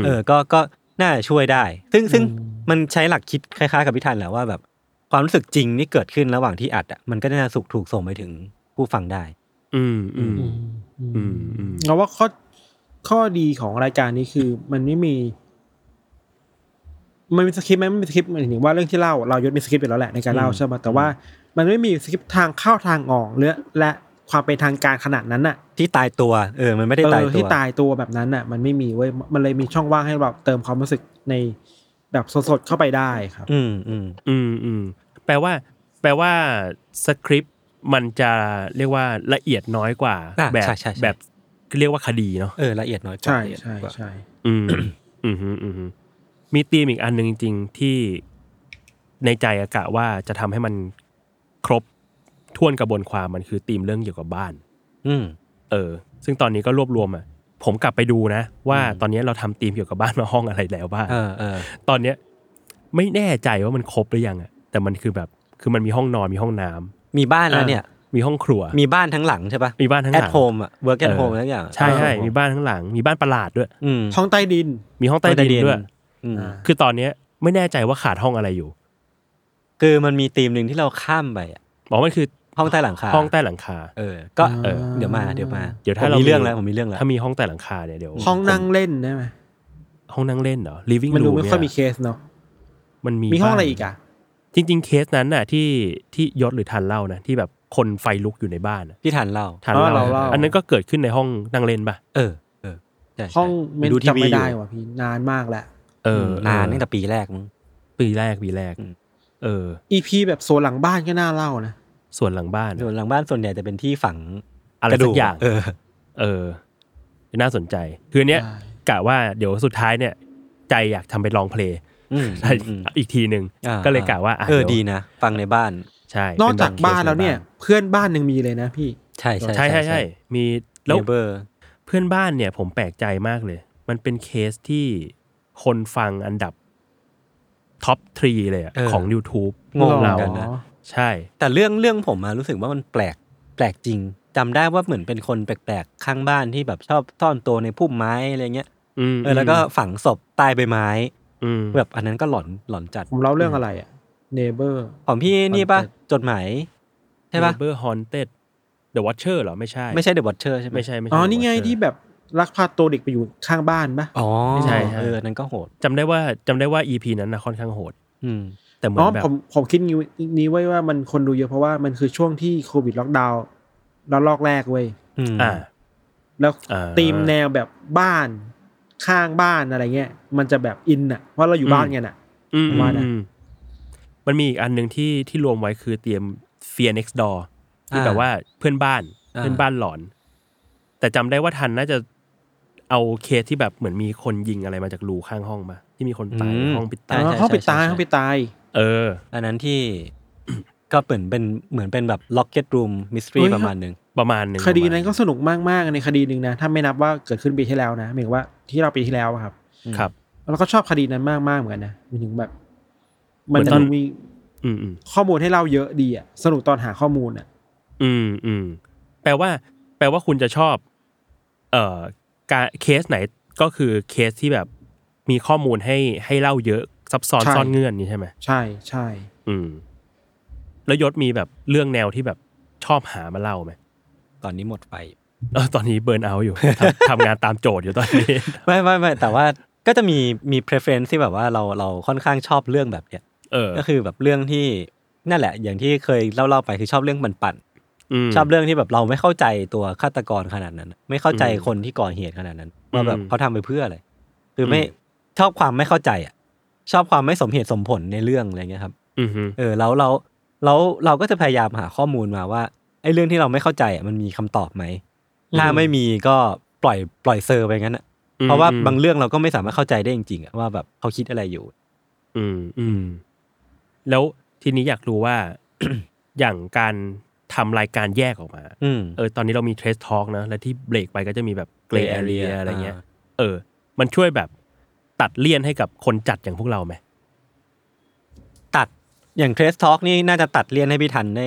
D: ม
B: เออก็ก็น่าจะช่วยได้ ซึ่งซึ่งมันใช้หลักคิดคล้ายๆกับพิธันแหละว่าแบบความรู้สึกจริงที่เกิดขึ้นระหว่างที่อัดอ่ะมันก็น่าสุกถูกส่งไปถึงผู้ฟังได้
D: อืมอืมอืมอืม
C: เราว่าข้อข้อดีของรายการนี้คือ มันไม่มี มันมีสคริปต์ไหมมันมีสคริปต์หมายถึงว่าเรื่องที่เล่าเรายศมีสคริปต์อยู่แล้วแหละในการเล่า
B: อืม
C: ใช่ไหมแต่ว่ามันไม่มีสคริปต์ทางเข้าทางออกและและความเป็นทางการขนาดนั้นน่ะ
B: ที่ตายตัวเออมันไม่ได้ตาย
C: เออ
B: ตัว
C: ที่ตายตัวแบบนั้นน่ะ มันไม่มีเว้ยมันเลยมีช่องว่างให้แบบเติมความรู้สึกในแบบสดๆเข้าไปได้ครับ
B: อืมอืม
D: อืมอืมแปลว่า แปลว่าสคริปต์มันจะเรียกว่าละเอียดน้อยกว่า
B: อ่ะ
D: แบบ
B: ใช่ใช่ใช่
D: แบบเรียกว่าคดีเนาะ
B: เออละเอียดน้อยกว่า
C: ใช่
B: ละเอียด
C: ใช่
B: กว่า
C: ใช่
D: อืมอืมอืม มีธีมอีกอันหนึ่งจริง ๆ ที่ในใจอากะว่าจะทำให้มันครบท่วนกระบวนความมันคือธีมเรื่องเกี่ยวกับบ้าน
B: อืม
D: เออ ซึ่งตอนนี้ก็รวบรวมอ่ะ ผมกลับไปดูนะ ว่าตอนนี้เราทำธีมเกี่ยวกับบ้านมาห้องอะไรแล้วบ้าง
B: เออเออ
D: ตอนเนี้ยไม่แน่ใจว่ามันครบหรือยังอ่ะ แต่มันคือแบบ คือมันมีห้องนอนมีห้องน้ำ
B: มีบ้านแล้วเนี่ย
D: มีห้องครัว
B: มีบ้านทั้งหลังใช่ปะ
D: มีบ้านทั้งห
B: แอ
D: ลัง
B: ดโฮมอะเวิร์กแอดโฮม
D: เออ
B: แล้วอย่าง
D: ใช่ใช่
B: เออ
D: มีบ้านทั้งหลัง มีบ้านประหลาดด้วย
B: อืม
C: ท้องใต้ดิน
D: มีห้องใต้ดินด้วย
B: อืม
C: อ่า
D: คือตอนเนี้ยไม่แน่ใจว่าขาดห้องอะไรอยู่
B: คือมันมีธีมหนึ่งที่เราข้ามไปอะ
D: บอกมันคือ
B: ห้องใต้หลังคา
D: ห้องใต้หลังคา
B: เออ ก็
C: อ่า
B: เออเดี๋ยวมาเดี๋ยวมา
D: เดี๋ยวถ้าเรา
B: ผม
D: มี
B: มีเรื่องแล้วผมมีเรื่องแล้ว
D: ถ้ามีห้องใต้หลังคาเนี่ยเดี๋ยว
C: ห้องนั่งเล่นได้ไหม
D: ห้องนั่งเล่นเหรอ living
C: มันดู
D: room
C: ไม่
D: เนี่
C: ค่อยมีเคสเนาะ
D: มันมี
C: มีห้องอะไร
D: บ้าน
C: อีกอ่ะ
D: จริงๆ เคสนั้นน่ะที่ที่ยศหรือทันเล่านะที่แบบคนไฟลุกอยู่ในบ้านน่ะ
B: พี่ทันเล่า
D: ทัน
C: อ๋อเรา
D: เล่า
C: เล่า
D: อันนั้นก็เกิดขึ้นในห้องนั่งเล่นปะ
B: เออเออใช่ใช่
C: ห้องไม่
B: ดูที
C: จำ
B: วีอ
C: ไม่
B: ยู่
C: ได้ว่ะพี่นานมากแล้ว
D: เออ
B: มนาน
D: เออ
B: ตั้งแต่ปีแรกมั้ง
D: ปีแรกปีแรก
B: อืม
D: เออ
C: EP แบบโซนหลังบ้านก็น่าเล่านะ
D: ส่วนหลังบ้าน
B: ส่วนหลังบ้านส่วนใหญ่จะเป็นที่ฝัง
D: อะไร
B: กระ
D: สั
B: ดู
D: ก
B: ก
D: อย่าง
B: เออ
D: เออ น่าสนใจ คืออนเนี้ย
C: ใช่
D: กะว่าเดี๋ยวสุดท้ายเนี่ย ใจอยากทำไปลองเพลง
B: อืมอืมอืม
D: อีกทีหนึ่ง
B: อ่า
D: ก็เลยกะว่าะ
B: เออ
D: ยว
B: ดีนะ ฟังในบ้าน
D: ใช่
C: นอกจากบ้านแล้วเนี่ย เพื่อนบ้านยังมีเลยนะพี่
B: ใช่ใช่
D: ใช่ใช่ใช่มีแล้ว
B: เบอร์
D: เพื่อนบ้านเนี่ยผมแปลกใจมากเลย มันเป็นเคสที่คนฟังอันดับท็อปทรีเลยอะ
B: เออ
D: ของ YouTube
B: งงเหมือน
D: เรา
B: กันนะ
D: ใช่
B: แต่เรื่องเรื่องผมอะรู้สึกว่ามันแปลกแปลกจริงจำได้ว่าเหมือนเป็นคนแปลกๆ ข้างบ้านที่แบบชอบซ่อนตัวในพุ่มไม้อะไรเงี้ย
D: อืม
B: เออแล้วก็ฝังศพใต้ใบไม้
D: อืม
B: แบบอันนั้นก็หลอนหลอนจัด
C: ผมเล่าเรื่องอะไรอ่ะ neighbor
B: ของพี่นี่ปะจดหมายใช่ปะ
D: เบอร์ฮอนเต็ดเดอะวอชเชอร์เหรอ ไม่ใช่
B: ไม่ใช่เดอะบอทเชอร์ใช่ไหม
D: ไม่ใช่ไม่ใช่
C: อ๋อ
D: The
C: นี่ไง
D: Watcher
C: ที่แบบลักพาตัวเด็กไปอยู่ข้างบ้านปะ
B: อ๋อ
D: ไม่ใช่ใช่
B: เอออันนั้นก็โหด
D: จำได้ว่าจำได้ว่าอีพีนั้นนะค่อนข้างโหด
B: อืม
D: แต่เหมือ
C: อ๋อน
D: แบบ
C: ผมผมคิดนี้นี้ไว้ว่ามันคนดูเยอะเพราะว่ามันคือช่วงที่โควิดล็อกดาวน์แล้วลอกแรกเว้ย
B: อืม
D: อ่า
C: แล้ว
D: อ่า
C: ธีมแนวแบบบ้านข้างบ้านอะไรเงี้ย มันจะแบบอินอ่ะเพราะเราอยู่
D: อืม
C: บ้านไงน่ะ
D: อืม
C: ว่านะ
D: อืมมันมีอีกอันหนึ่งที่ที่รวมไว้คือเตรียม Fear Next Door ที่
B: อ่
D: แบบว่าเพื่อนบ้าน
B: อ่า
D: เพื่อนบ้านหลอน แต่จำได้ว่าทันน่าจะเอาเคสที่แบบเหมือนมีคนยิงอะไรมาจากรูข้างห้องมา ที่มีคนตายในห้องปิด
B: ใช่
D: ตาย
B: ใช่
C: อ๋อห้องปิดตาย
B: ใช่
C: ห้องปิดตาย
D: เออ
B: อันนั้นที่ ก็เหมือนเป็นเหมือนเป็นแบบล็อกเก็ตรูมมิสทรีประมาณหนึ่ง
D: ประมาณหนึ่ง
C: คดีนั้นก็
D: ประมาณห
C: สนุกมากๆในคดีหนึ่งนะ ถ้าไม่นับว่าเกิดขึ้นปีที่แล้วนะหมายถึงว่าที่เราปีที่แล้วอะครับ
D: นึ่งครับ
C: แล้วก็ชอบคดีนั้นมากๆเหมือนกันนะหมายถึงแบบ
D: เหมื
C: มั
D: อน น
C: จะ
D: ตอน
C: มี
D: อืมอืม
C: ข้อมูลให้เราเยอะดีอ่ะสนุกตอนหาข้อมูลอ่ะ
D: อืมอืมแปลว่า แปลว่าคุณจะชอบ เอ่อการเคสไหนก็คือเคสที่แบบมีข้อมูลให้ให้เล่าเยอะซับซ้อน
C: ใช่
D: ซ่อนเงื่อนนี่ใช่ไหม
C: ใช่ใช่
D: อืม แล้วยศมีแบบเรื่องแนวที่แบบชอบหามาเล่าไหม
B: ตอนนี้หมดไฟ
D: เออตอนนี้เบิร์นเอาท์อยู่ ทำทำงานตามโจทย์อยู่ตอนนี้
B: ไม่ไม่ไม่แต่ว่าก็จะมีมี preference ที่แบบว่าเราเราค่อนข้างชอบเรื่องแบบเนี้ย
D: เออ
B: ก็คือแบบเรื่องที่นั่นแหละ อย่างที่เคยเล่าเล่าไปคือชอบเรื่องปันปัน
D: ม
B: ๆชอบเรื่องที่แบบเราไม่เข้าใจตัวฆาตกรขนาดนั้น ไม่เข้าใจ
D: อืม
B: คนที่ก่อเหตุขนาดนั้นว่าแบบ
D: อืม
B: เขาทำไปเพื่ออะไรคือไม่
D: อืม
B: ชอบความไม่เข้าใจอ่ะชอบความไม่สมเหตุสมผลในเรื่องอะไรเงี้ยครับ
D: อือฮึ
B: เออแล้วเราเราเราก็จะพยายามหาข้อมูลมาว่าไอ้เรื่องที่เราไม่เข้าใจอะมันมีคำตอบไหมถ้าไม่มีก็ปล่อยปล่อยเซอร์ไปงั้นอะ เพราะว่าบางเรื่องเราก็ไม่สามารถเข้าใจได้จริงๆอะว่าแบบเขาคิดอะไรอยู่
D: อืมอืม แล้วทีนี้อยากรู้ว่า อย่างการทำรายการแยกออกมา
B: อืม
D: เออ ตอนนี้เรามีเทรสทอ l k นะ และที่เบรกไปก็จะมีแบบเกร
B: Grey
D: ย์แอเรีย
B: Area
D: อะไรเงี้ย
B: อ่า
D: เออ มันช่วยแบบตัดเลี่ยนให้กับคนจัดอย่างพวกเราไหม
B: ตัดอย่างเทรสทอ l k นี่น่าจะตัดเลี่ยนให้พี่ทันได้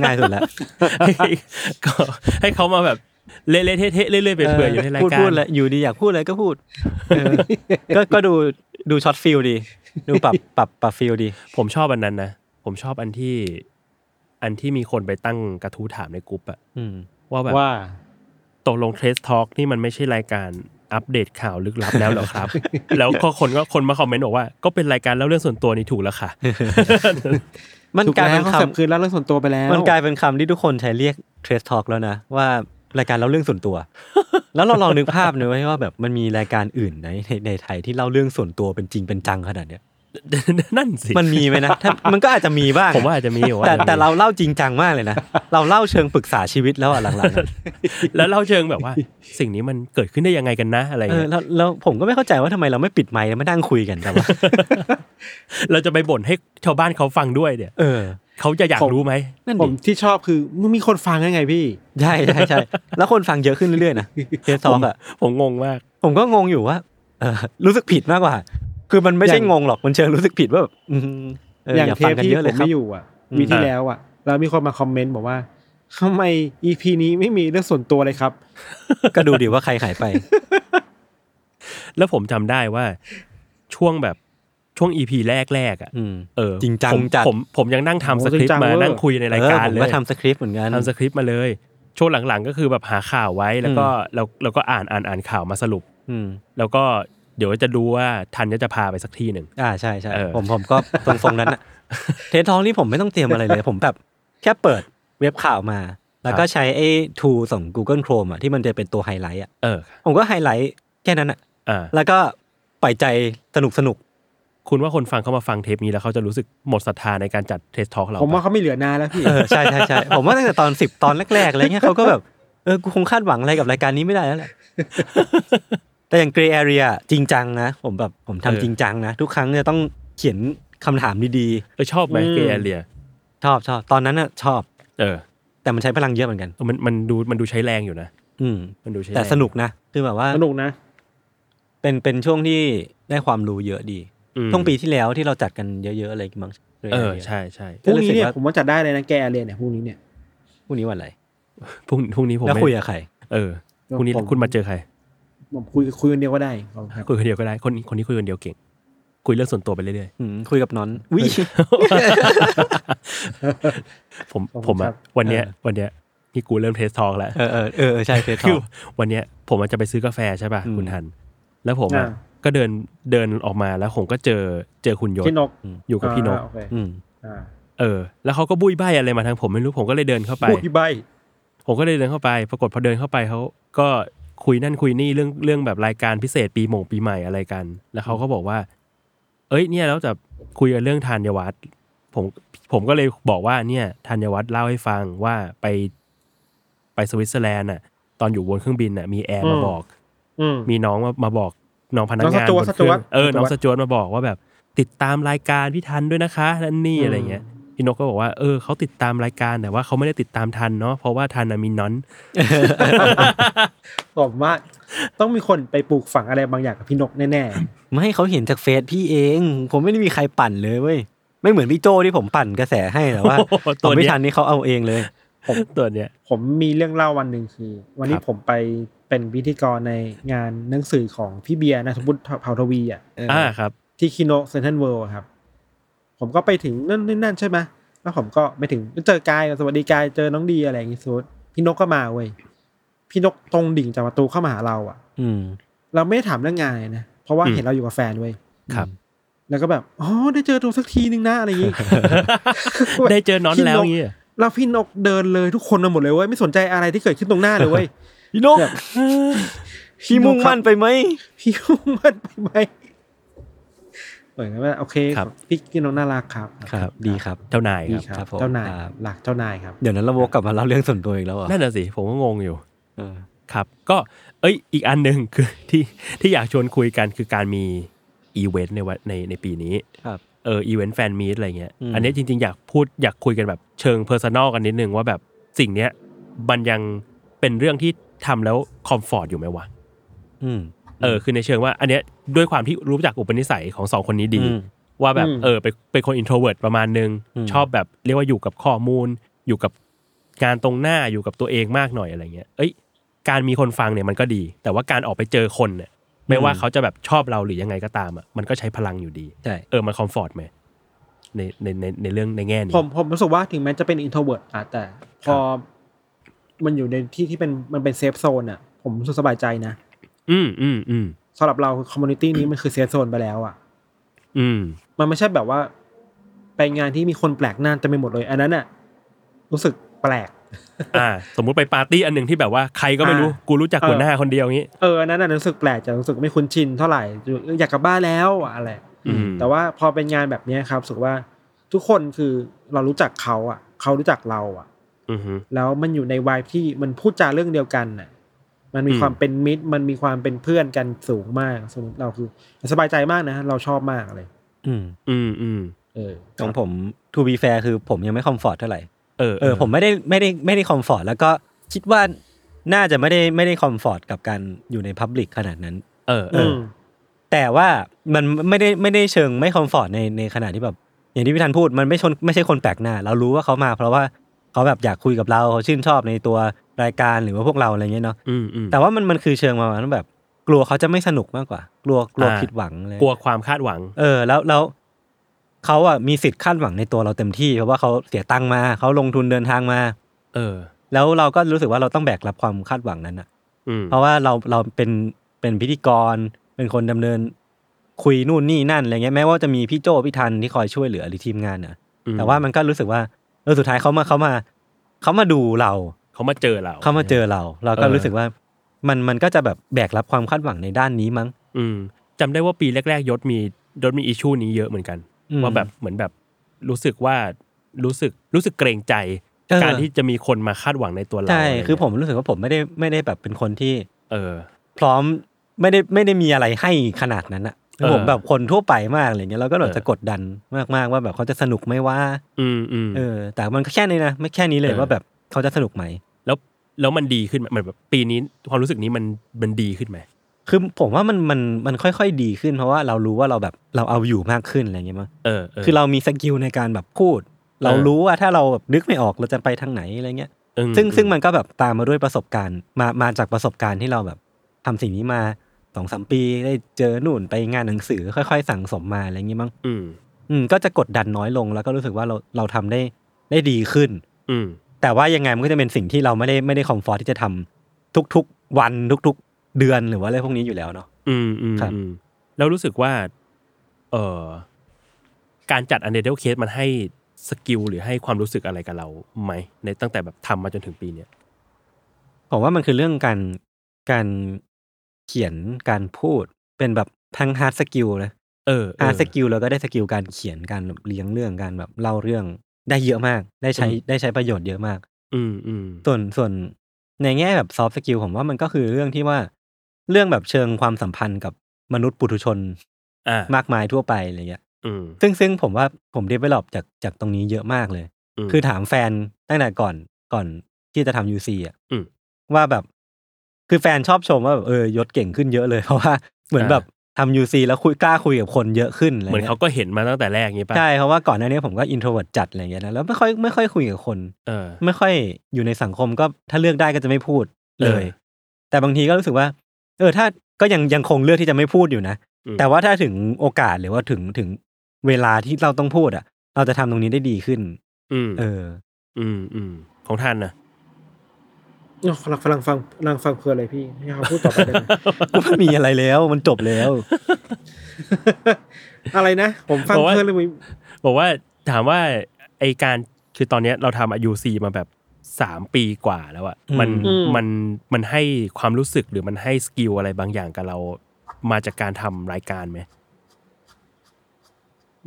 B: ง่ายสุดละ
D: ก็ให้เขามาแบบเละๆเทะๆเรื่อยๆไปเปื่อยๆอยู่ในราย
B: พูด
D: การ
B: พูดเลยอยู่ดีอยากพูดอะไรก็พูดเออก็ก็ดูดูช็อตฟิลดี ดูปรับ ปรับปรับฟิลดี
D: ผมชอบอันนั้นนะผมชอบอันที่ อันที่มีคนไปตั้งกระทู้ถามในกลุ่มอะ
B: อืม
D: ว่าแบบ
C: ว่า
D: ตกลงเทสทอ l k นี่มันไม่ใช่รายการอัปเดตข่าวลึกลับแล้วเหรอครับ แล้วก็คนก็คนมาคอมเมนต์บอกว่า ก็เป็นรายการเล่าเรื่องส่วนตัวนี่ถูกแล้วค่ะ
B: มัน
C: ถูก
B: กลาย
C: แล้
B: เป็
C: วนเขา
B: ค
C: สับคืนแล้วเรื่องส่วนตัวไปแล้ว
B: ำมันกลายเป็นคำที่ทุกคนใช้เรียกเทรสทอ l k แล้วนะ ว่ารายการเล่าเรื่องส่วนตัว แล้วเราลองนึกภาพหน่อยว่าแบบมันมีรายการอื่นไหนในในไทยที่เล่าเรื่องส่วนตัวเป็นจริงเป็นจังขนาดเนี้ย
D: เ นั่นสิ
B: มันมีไหมนะถ้ามันก็อาจจะมีบ้าง
D: ผมว่าอาจจะมีผมว่
B: แต่
D: อจจะมี
B: แต่เราเล่าจริงจังมากเลยนะ เราเล่าเชิงปรึกษาชีวิตแล้วอะหลังๆอะ
D: แล้วเราเชิง แบบว่า สิ่งนี้มันเกิดขึ้นได้ยังไงกันนะอะไร
B: เออ
D: เงี้ย
B: แล้วแล้วผมก็ไม่เข้าใจว่าทำไมเราไม่ปิดไมค์แล้วมานั่งคุยกันแต่ว่า
D: เราจะไปบ่นให้ชาวบ้านเขาฟังด้วยเนี่ย
B: เออ
D: เขาจะอยาก
C: ผม
D: รู้ไหม
B: นั่น
C: ผ
B: ดิ
C: มที่ชอบคือมึงมีคนฟังยังไงพี่
B: ใช่ใช่ใช่แล้วคนฟังเยอะขึ้นเรื่อยๆนะเคสซอกอะ
D: ผมงงมาก
B: ผมก็งงอยู่ว่าเออรู้สึกผิดมากกว่า คือมันไม่ใช่
C: อย่าง
B: งงหรอกมันเชิงรู้สึกผิดว่าแบบอืมเอออย่
C: อา
B: ย่าง ง
C: เท
B: ฟั
C: ป
B: งกัน
C: ที่
B: เยอะ
C: ผ
B: เลย
C: ม
B: ครับ
C: ไม่อยู่อ่ะ
B: อืม
C: วีที่แล้วอ่ะ แล้วมีคนมาคอมเมนต์บอกว่าทำไมอีพีนี้ไม่มีเรื่องส่วนตัวเลยครับ
B: ก็ดูดีว่าใครหายไป
D: แล้วผมจำได้ว่าช่วงแบบช่วงอีพีแรกๆอ่ะ
B: อืม
D: เออ
B: จริงจัง
D: ผม
B: จัด
D: ผมผมยังนั่งทำสค
C: จ
D: ริป
C: ริงจัง
D: ต์มา
C: เวอร์
D: นั่งคุยในรายการ
B: ออผม
D: เล
B: ก็
D: ย
B: ทำสคริปต์เหมือนกัน
D: ทำสคริปต์มาเลยช่วงหลังๆก็คือแบบหาข่าวไว้แล้วก็แล้วแล้วก็อ่านอ่านอ่านข่าวมาสรุป
B: อืม
D: แล้วก็เดี๋ยวจะดูว่าทันจะพาไปสักที่หนึ่ง
B: อ่าใช่ใช่
D: เออ
B: ผมผมก็ตรงๆนั้นอะ เทสทองนี่ผมไม่ต้องเตรียมอะไรเลย ผมแบบแค่เปิดเว็บข่าวมา แล้วก็ใช้ไอ้ทูของ Google Chrome อะที่มันจะเป็นตัวไฮไลท์อะ
D: เออ
B: ผมก็ไฮไลท์แค่นั้นอะ
D: อ่า
B: แล้วก็ปล่อยใจสนุกสนุก
D: คุณว่าคนฟังเข้ามาฟังเทปนี้แล้วเขาจะรู้สึกหมดศรัทธาในการจัดเทสทอล์กเรา
C: ผมว่า
D: ปะ
C: เขาไม่เหลือนานแล้วพี่
B: ๆเออใช่ใช่ใช่ผมว่าตั้งแต่ตอนสิบตอนแรกๆอะไรเงี้ยเขาก็แบบเออกูคงคาดหวังอะไรกับรายการนี้ไม่ได้ แล้วแหละ แต่อย่าง Gray Area จริงจังนะ ผมแบบผมทำจริงจังนะ ทุกครั้งจะต้องเขียนคำถามดี
D: เออชอบไหม
C: อืม
D: เกย์เรีย
B: ๆ ชอบชอบตอนนั้นน่ะชอบ
D: เออ
B: แต่มันใช้พลังเยอะเหมือนกัน
D: เออมันมันดูมันดูใช้แรงอยู่นะ
B: อืม
D: มันดูใช้รง
B: แต่สนุกนะ คือแบบว่า
C: สนุกนะ
B: เป็นเป็นช่วงที่ได้ความรู้เยอะดี
D: อืม
B: ช่วงปีที่แล้วที่เราจัดกันเยอะๆอะไรมั้ง Grey
D: เออ
B: Area
D: ใช่ใช่
C: พรุ่งนี้เนี่ย
B: ก็รู้สึกว่า
C: ผมว่าจัดได้เลยนะแกเรียนเนี่ยพรุ่งนี้เนี่ย
B: พรุ่งนี้วันอะไร
D: พรุ่งพรุ่งนี้ผม
B: แล้ว
D: ไม่
B: คุยกับใคร
D: เออพรุ่งนี้
C: ผม
D: คุณมาเจอใคร
C: ผมคุยคุยคนเดียวก็ได้ขอบคุณครับ
D: คุยคนเดียวก็ได้ คนคนนี้คุยคนเดียวเก่ง คุยเรื่องส่วนตัวไปเรื่อย
B: อืมคุยกับ นอนวิ
D: ๆ ผมผมอะวันเนี้ยวันเนี้ยนี่กูเริ่มเทสทองแล้ว
B: เออเออเออใช่เฟซ
D: คือ
B: บุ๊ก
D: วันเนี้ยผมอะจะไปซื้อกาแฟใช่ป่ะ
B: อืม
D: คุณทัน แล้วผมอะก็เดินเดินออกมาแล้วผมก็เจอเจอคุณยศ
C: พี่นก
D: อยู่กับพี่นก
C: าโอเค
B: อืม
C: อ่า
D: เออ แล้วเขาก็บุยใบอะไรมาทางผมไม่รู้ผมก็เลยเดินเข้าไป
C: พูดพี่ใบ
D: ผมก็เลยเดินเข้าไป ปรากฏพอเดินเข้าไปเขาก็คุยนั่นคุยนี่เรื่องเรื่องแบบรายการพิเศษปีหม่งปีใหม่อะไรกัน แล้วเขาก็บอกว่า เอ้ยเนี่ยแล้วจะคุยกันเรื่องธัญวัฒน์ผมผมก็เลยบอกว่าเนี่ยธัญวัฒน์เล่าให้ฟังว่าไปไปสวิตเซอร์แลนด์น่ะ ตอนอยู่บนเครื่องบินน่ะมีแอร์มาบอก
C: อืม
D: มีน้องมามาบอกน้องพนัก
C: น้อง
D: งาน
C: สจ๊
D: บ
C: วต
D: นเค
C: ส
D: รื่
C: จ๊
D: อ
C: วต
D: งเออน้อง
C: ส
D: ส
C: จ๊
D: จ
C: ว
D: ว
C: ต
D: ตมาบอกว่าแบบ ติดตามรายการพี่ทันด้วยนะคะนั่นนี่
C: อืม
D: อะไรเงี้ยพี่นกก็บอกว่าเออเขาติดตามรายการแต่ว่าเขาไม่ได้ติดตามทันเนาะเพราะว่าทันน่ะมีน้อน
C: ผมว่าต้องมีคนไปปลูกฝังอะไรบางอย่างกับพี่นกแน่
B: ไม่ให้เขาเห็นจากเฟซพี่เอง ผมไม่ได้มีใครปั่นเลยเว้ยไม่เหมือนพี่โจที่ผมปั่นกระแสให้แต่ว่า
D: โอ้โหตั
B: ตัว
D: วเนี้ย
B: ไม่ทันนี่เขาเอาเองเลย
C: ๆ ผม
D: ตัวเนี้ย
C: ผมมีเรื่องเล่าวันหนึ่งคือ วันนี้
D: ครับ
C: ผมไปเป็นพิธีกรในงานหนังสือของพี่เบียร์นะทบุตรเผ่าทวีอ่ะ
D: อ่าครับ
C: ที่คิโนะเซนทันเวิลด์ครับ ผมก็ไปถึงนั่นนี่นั่นใช่ไหมแล้วผมก็ไปถึงเจอกายสวัสดีกายเจอน้องดีอะไรอย่างงี้สุดพี่นกก็มาเว้ยพี่นกตรงดิ่งจากประตูเข้ามาหาเราอะ
B: อืม
C: เราไม่ได้ถามเรื่องงานเลยนะเพราะว่า
D: อืม
C: เห็นเราอยู่กับแฟนเว้ย
D: ครับ
C: แล้วก็แบบอ๋อได้เจอตัวสักทีนึงนะอะไรอย่างงี้
D: ได้เจอน้อนแล้วอย่าง
C: พี่นก
D: เงี้ย
C: แล้วพี่นกเดินเลยทุกคนมาหมดเลยเว้ยไม่สนใจอะไรที่เกิดขึ้นตรงหน้าเลยเว้ย
B: พี่นก
C: แบบ
B: พี่มุ่งมั่นไปไหม
C: พี่มุ่งมั่นไปไหมเหมือนกันว่าโอเคครับพี่พี่นกน่ารักครับ
B: ครับดีครับ
D: เจ้านาย
C: ดี
D: ค
C: ครับ
B: ค
C: รับ
B: รับผม
C: เจ้านาย
B: ครับ
C: หลักเจ้านายครับ
B: เดี๋ยวนั้นเราวกกลับมาเล่าเรื่องส่วนตัวอีกแล้วเหรอ่ะ
D: นั่นน่ะสิผมก็งงอยู่ครับ ก็เอ้ยอีกอันหนึ่ง คือที่ที่อยากชวนคุยกันคือการมีอีเวนต์ในวันในในปีนี้
B: ครับ
D: เอออีเวนต์แฟนมีตอะไรเงี้ย
B: อืม
D: อันเนี้ยจริงๆ อยากพูดอยากคุยกันแบบเชิงเพอร์ซันอลกันนิดนึงว่าแบบสิ่งเนี้ยมันยังเป็นเรื่องที่ทำแล้วคอมฟอร์ตอยู่ไหมวะ
B: อืม
D: เออคือในเชิงว่า อันเนี้ยด้วยความที่รู้จักอุปนิสัยของสองคนนี้ดี
B: อืม
D: ว่าแบบ
C: อืม
D: เออเป็นเป็นคนอินโทรเวิร์ตประมาณนึง
B: อืม
D: ชอบแบบเรียกว่าอยู่กับข้อมูล อยู่กับงานตรงหน้าอยู่กับตัวเองมากหน่อยอะไรเงี้ยเอ้ยการมีคนฟังเนี่ยมันก็ดี แต่ว่าการออกไปเจอคนเนี่ยไม่ว่าเขาจะแบบชอบเราหรือยังไงก็ตามอ่ะมันก็ใช้พลังอยู่ดี
B: ใช่
D: เออมันคอมฟอร์ตไหมในในในในเรื่องในแง่นี้
C: ผมผมรู้สึกว่าถึงแม้จะเป็นอินโทรเวิร์ดอะแต่ พอมันอยู่ในที่ที่เป็นมันเป็นเซฟโซนอะผมรู้สึกสบายใจนะ
D: อืมอืมอืม
C: สำหรับเราคอมมูนิตี้นี้มันคือเซฟโซนไปแล้วอะ
D: อืม
C: มันไม่ใช่แบบว่า ไปงานที่มีคนแปลกหน้าเต็มไปหมดเลย อันนั้นอะรู้สึกแปลก
D: อ่า สมมุติไปปาร์ตี้อันหนึ่งที่แบบว่าใครก็ไม่รู้
C: อ่ากู
D: กูรู้จักหัวหน้าคนเดียวงี้
C: เอออันนั้นอะรู้สึกแปลกจะรู้สึกไม่คุ้นชินเท่าไหร่อยากกลับบ้านแล้วอะอะไร
D: อืม
C: แต่ว่าพอเป็นงานแบบเนี้ยครับรู้สึกว่าทุกคนคือเรารู้จักเขาอ่ะ เขารู้จักเราอ่ะ
D: อือฮึ
C: แล้วมันอยู่ในวัยที่มันพูดจาเรื่องเดียวกันน่ะ มันมี
D: อืม
C: ความเป็นมิตร มันมีความเป็นเพื่อนกันสูงมาก สมมติเราคือสบายใจมากนะ เราชอบมากเลย
B: อืม
D: อืมอืม
C: เออค
B: ข
C: รั
B: อง
C: บ
B: ผม to be fair คือผมยังไม่คอมฟอร์ตเท่าไหร่
D: เออ
B: เออผมไม่ได้ไม่ได้ไม่ได้คอมฟอร์ตแล้วก็คิดว่าน่าจะไม่ได้ไม่ได้คอมฟอร์ตกับการอยู่ในพับลิกขนาดนั้น
D: เออเออ
C: ม
B: แต่ว่ามันไม่ได้ไม่ได้เชิงไม่คอมฟอร์ตในในขณะที่แบบ อย่างที่พี่ธันพูดมันไม่ชนไม่ใช่คนแปลกหน้า เรารู้ว่าเขามาเพราะว่าเขาแบบอยากคุยกับเราเขาชื่นชอบในตัวรายการหรือว่าพวกเราอะไรเงี้ยเนาะ
D: อืมอืม
B: แต่ว่ามันมันคือเชิงประมาณว่าแบบ กลัวเขาจะไม่สนุกมากกว่า กลัวกลัวผิดหวังอะไร
D: กลัวความคาดหวัง
B: เออแล้วแล้วเขาอ่ะมีสิทธิ์คาดหวังในตัวเราเต็มที่เพราะว่าเขาเสียตังค์มาเขาลงทุนเดินทางมา
D: เออ
B: แล้วเราก็รู้สึกว่าเราต้องแบกรับความคาดหวังนั้นอ่ะ
D: อืม
B: เพราะว่าเราเราเป็นเป็นพิธีกร เป็นคนดำเนิน คุยนู่นนี่นั่นอะไรเงี้ยแม้ว่าจะมีพี่โจพี่ทันที่คอยช่วยเหลือหรือทีมงานน่ะ
D: อืม
B: แต่ว่ามันก็รู้สึกว่าเออสุดท้ายเขามาเขามาเขามาดูเรา
D: เขามาเจอเรา
B: เขามาเจอเรา เราก็
D: เออ
B: รู้สึกว่า มันมันก็จะแบบแบกรับความคาดหวังในด้านนี้มั้ง
D: อืมจำได้ว่าปีแรกๆยศมียศมีอิชูนี้เยอะเหมือนกัน
B: อืม
D: ว่าแบบเหมือนแบบรู้สึกว่ารู้สึกรู้สึกเกรงใจ
B: เออ
D: การที่จะมีคนมาคาดหวังในตัว
B: ใช่
D: เราะไรเงี้ย
B: คือผมรู้สึกว่าผมไม่ได้ไม่ได้แบบเป็นคนที่
D: เออ
B: พร้อมไม่ได้ไม่ได้มีอะไรให้ขนาดนั้นอะ
D: เออ
B: ผมแบบคนทั่วไปมากอะไรเงี้ยเราก็แบบ
D: เออ
B: จะกดดันมากๆว่าแบบเขาจะสนุกไหมว่า
D: อืมอืม
B: เออ แต่มันก็แค่นี้นะไม่แค่นี้เลย
D: เออ
B: ว่าแบบเขาจะสนุกไหม
D: แล้วแล้วมันดีขึ้นไหมเหมือนแบบปีนี้ความรู้สึกนี้มันมันดีขึ้นไหม
B: คือผมว่ามันมันมันค่อยๆดีขึ้นเพราะว่าเรารู้ว่าเราแบบเราเอาอยู่มากขึ้นอะไรเงี้ยมั้ง
D: เออเออ
B: คือเรามีสกิลในการแบบพูด เรา
D: เออ
B: รู้ว่าถ้าเราแบบนึกไม่ออกเราจะไปทางไหนอะไรเงี้ย
D: อืม
B: ซึ่งซึ่ง
D: อื
B: มันก็แบบตามมาด้วยประสบการณ์มามาจากประสบการณ์ที่เราแบบทำสิ่งนี้มาสองสามปีได้เจอนู่นไปงานหนังสือค่อย ๆ สั่งสมมาอะไรเงี้ยมั้ง
D: อืม
B: อืมก็จะกดดันน้อยลงแล้วก็รู้สึกว่าเราเราทำได้ได้ดีขึ้น
D: อืม
B: แต่ว่ายังไงมันก็จะเป็นสิ่งที่เราไม่ได้ไม่ได้คอมฟอร์ทที่จะทำทุกๆวันทุกๆ เดือนหรือว่าอะไรพวกนี้อยู่แล้วเนาะ
D: อืมอืม
B: ครับ
D: อืมแล้วรู้สึกว่า เออการจัดอันเดอร์เคสมันให้สกิลหรือให้ความรู้สึกอะไรกับเราไหมในตั้งแต่แบบทำมาจนถึงปีเนี้ย
B: ผมว่ามันคือเรื่องการการเขียนการพูดเป็นแบบทั้งฮาร์ดสกิลนะ
D: เออเออ
B: ฮาร์ดสกิลแล้วก็ได้สกิลการเขียนการเลี้ยงเรื่องการแบบเล่าเรื่องได้เยอะมาก ได้ใช้
D: อืม
B: ได้ใช้ประโยชน์เยอะมาก
D: อืมอืม
B: ส่วนส่วนในแง่แบบซอฟต์สกิลผมว่ามันก็คือเรื่องที่ว่าเรื่องแบบเชิงความสัมพันธ์กับมนุษย์ปุถุชน
D: อ่าม
B: ากมายทั่วไปอะไรเงี้ย
D: อืม
B: ซึ่งซึ่งผมว่าผมเดเวลลอปจากจากตรงนี้เยอะมากเลย
D: ม
B: คือถามแฟนตั้งแต่ก่อนก่อนที่จะทำยูซีอ่ะ
D: อืม
B: ว่าแบบ คือแฟนชอบชมว่าแบบเออยศเก่งขึ้นเยอะเลย เพราะว่าเหมือน
D: อ่า
B: แบบทำยูซีแล้วคุยกล้าคุยกับคนเยอะขึ้นอะไร
D: เหมือน
B: เงี้
D: เขา
B: ย
D: ก็เห็นมาตั้งแต่แรกงี้ป่ะ
B: ใช่เพราะว่าก่อนหน้านี้ผมก็อินโทรเวิร์จัดอะไรเงี้ยนะแล้วไม่ค่อยไม่ค่อยคุยกับคน
D: เออ
B: ไม่ค่อยอยู่ในสังคมก็ถ้าเลือกได้ก็จะไม่พูดเลย
D: เออ
B: แต่บางทีก็รู้สึกว่า เออถ้าก็ยังยังคงเลือกที่จะไม่พูดอยู่นะ
D: อืม
B: แต่ว่าถ้าถึงโอกาสหรือว่าถึงถึงเวลาที่เราต้องพูดอ่ะ เราจะทำตรงนี้ได้ดีขึ้น
D: อืม
B: เออ
D: อืมอืมของท่านนะ
C: เนี่ยกำลังฟังกำลังฟังเพลินเลยพี่ให้เขาพูดต่อไปได้ไหม
B: ก็ไม่มีอะไรแล้วมันจบแล้ว
C: อะไรนะ ผมฟังเพลินเลยมึง
D: บอกว่าถามว่าไอการคือตอนเนี้ยเราทำอายุซีมาแบบสามปีกว่าแล้วอะ
B: อืม
D: มันมันมันให้ความรู้สึกหรือมันให้สกิลอะไรบางอย่างกับเรามาจากการทำรายการไหม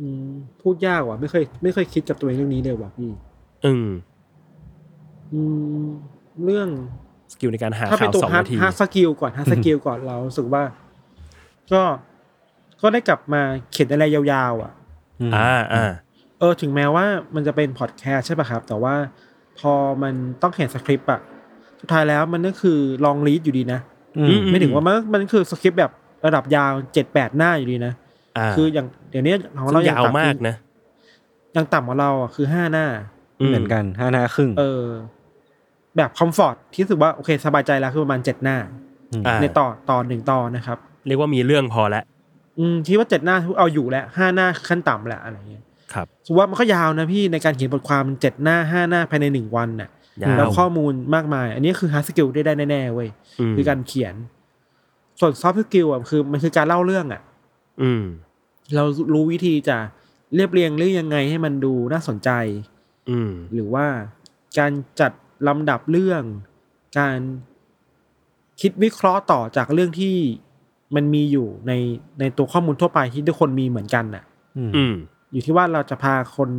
C: อืมพูดยากว่ะ ไม่เคยไม่เคยคิดกับตัวเองเรื่องนี้เลยว่ะพี่
D: อืม
C: อืมเรื่อง
D: สกิลในการหา
C: ถ้าเป็น
D: ข่าว
C: ตัว
D: สอง
C: ฮาร์ด
D: นาที
C: ฮาร์ดสกิลก่อนฮาร์ดสกิลก่อนเรารู้สึกว่า ก็ก็ได้กลับมาเขียนอะไรยาวๆ อ่ะ
B: ม
D: อ่าอ่า
C: เออถึงแม้ว่ามันจะเป็นพอดแคสต์ใช่ป่ะครับ แต่ว่าพอมันต้องเขียนสคริปต์อ่ะสุดท้ายแล้วมันก็คือลองรีดอยู่ดีนะ
B: อืม
C: ไม่ถึงว่ามันมันคือสคริปต์แบบระดับยาวเจ็ดแปดหน้าอยู่ดีนะ
D: อ่า
C: คืออย่างเดี๋ยวนี้ของ
D: ซึ่
C: เรา
D: ง
C: ยั
D: ยาว
C: ต่ำ
D: มากนะ
C: ยังต่ำกว่าเราอ่ะคือห้าหน้า
B: เหมือนกันห้าหน้าครึ่ง
C: เออ แบบคอมฟอร์ตที่รู้สึกว่าโอเคสบายใจแล้วคือประมาณเจ็ดหน้า
B: ม
D: อ่า
C: ในตอนตอนหนึ่งตอนนะครับ
D: เรียกว่ามีเรื่องพอแล้ว
C: อืมคิดว่าเจ็ดหน้าเอาอยู่แล้วห้าหน้าขั้นต่ำแหละอะไรเงี้ย
D: ครับ
C: สมมุติว่ามันก็ยาวนะพี่ในการเขียนบทความเจ็ดหน้าห้าหน้าภายในหนึ่งวันน่ะ
D: ยาว
C: แล้วข้อมูลมากมาย อันนี้คือฮาร์ดสกิลได้ได้แน่ๆเว้ย
D: ม
C: คือการเขียน ส่วนซอฟต์สกิลอ่ะคือมันคือการเล่าเรื่องอ่ะ
D: อืม
C: เรารู้วิธีจะเรียบเรียงเรื่องยังไงให้มันดูน่าสนใจ
D: อืม
C: หรือว่าการจัดลำดับเรื่อง การคิดวิเคราะห์ต่อจากเรื่องที่ มันมีอยู่ในในตัวข้อมูลทั่วไปที่ทุกคนมีเหมือนกันน่ะ
B: อืม
D: อืม
C: อยู่ที่ว่าเราจะพาคน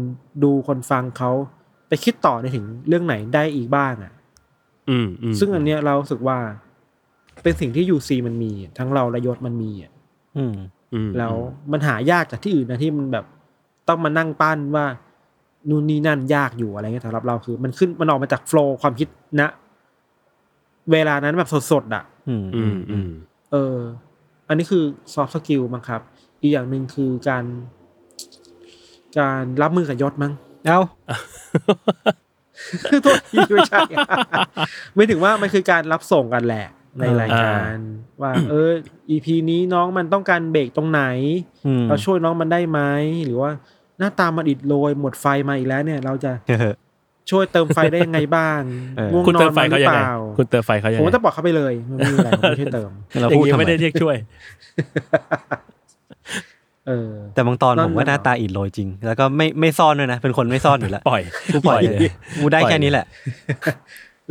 C: ดูคนฟังเขาไปคิดต่อในถึงเรื่องไหนได้อีกบ้างอ่ะ
D: อืมอืม
C: ซึ่งอันเนี้ยเรารู้สึกว่า เป็นสิ่งที่ยูซีมันมี ทั้งเราและยศมันมีอ่ะ
B: อืม
D: อืม
C: แล้วมันหายากจากที่อื่นนะที่มันแบบต้องมานั่งปั้นว่านู่นนี่นั่นยากอยู่อะไรเงี้ยสำหรับเราคือ มันขึ้นมันออกมาจากโฟล์ความคิดนะ เวลานั้นแบบสดๆอ่ะ
B: อืม
D: อืมอืม
C: เออ อันนี้คือซอฟต์สกิลมั้งครับ อีกอย่างหนึ่งคือการ การรับมือกับยศมั้ง
B: เอ้า
C: คือโทษทีไม่ใช่ ไม่ถึงว่ามันคือการรับส่งกันแหละ ในรายการ ว่า เออ EP นี้น้องมันต้องการเบรกตรงไหน
B: อืม
C: เราช่วยน้องมันได้ไหมหรือว่าหน้าตามันอิดโรยหมดไฟมาอีกแล้วเนี่ย เราจะ
B: เฮ้ย
C: ช่วยเติมไฟได้ยังไงบ้าง
B: เออ
C: ง่วง
D: คุณ
C: นอ
D: เติม
C: น
D: ไฟ
C: มันหรื
D: เขา
C: อเป
D: ยังไง
C: ล่า
D: คุณเติมไฟเขายัง
C: ผม
D: ไง
C: ก็จะบอกเขาไปเลยมันไม่มีอะไรผมไม่ช่วยเติม
B: เรา
D: อย่า
B: พูด
D: งนี้
B: ทำไม
D: ไม่ได้เรียกช่วย
C: เออ
B: แต่บางตอน
C: นั่น
B: ผมว่าหน้า
C: เหรอ
B: ตาอิดโรยจริง แล้วก็ไม่ไม่ซ่อนด้วยนะ เป็นคนไม่ซ่อนอยู่แล้ว
D: ปล่อย
B: กูปล่อยเลยกูได้แค่นี้แหละ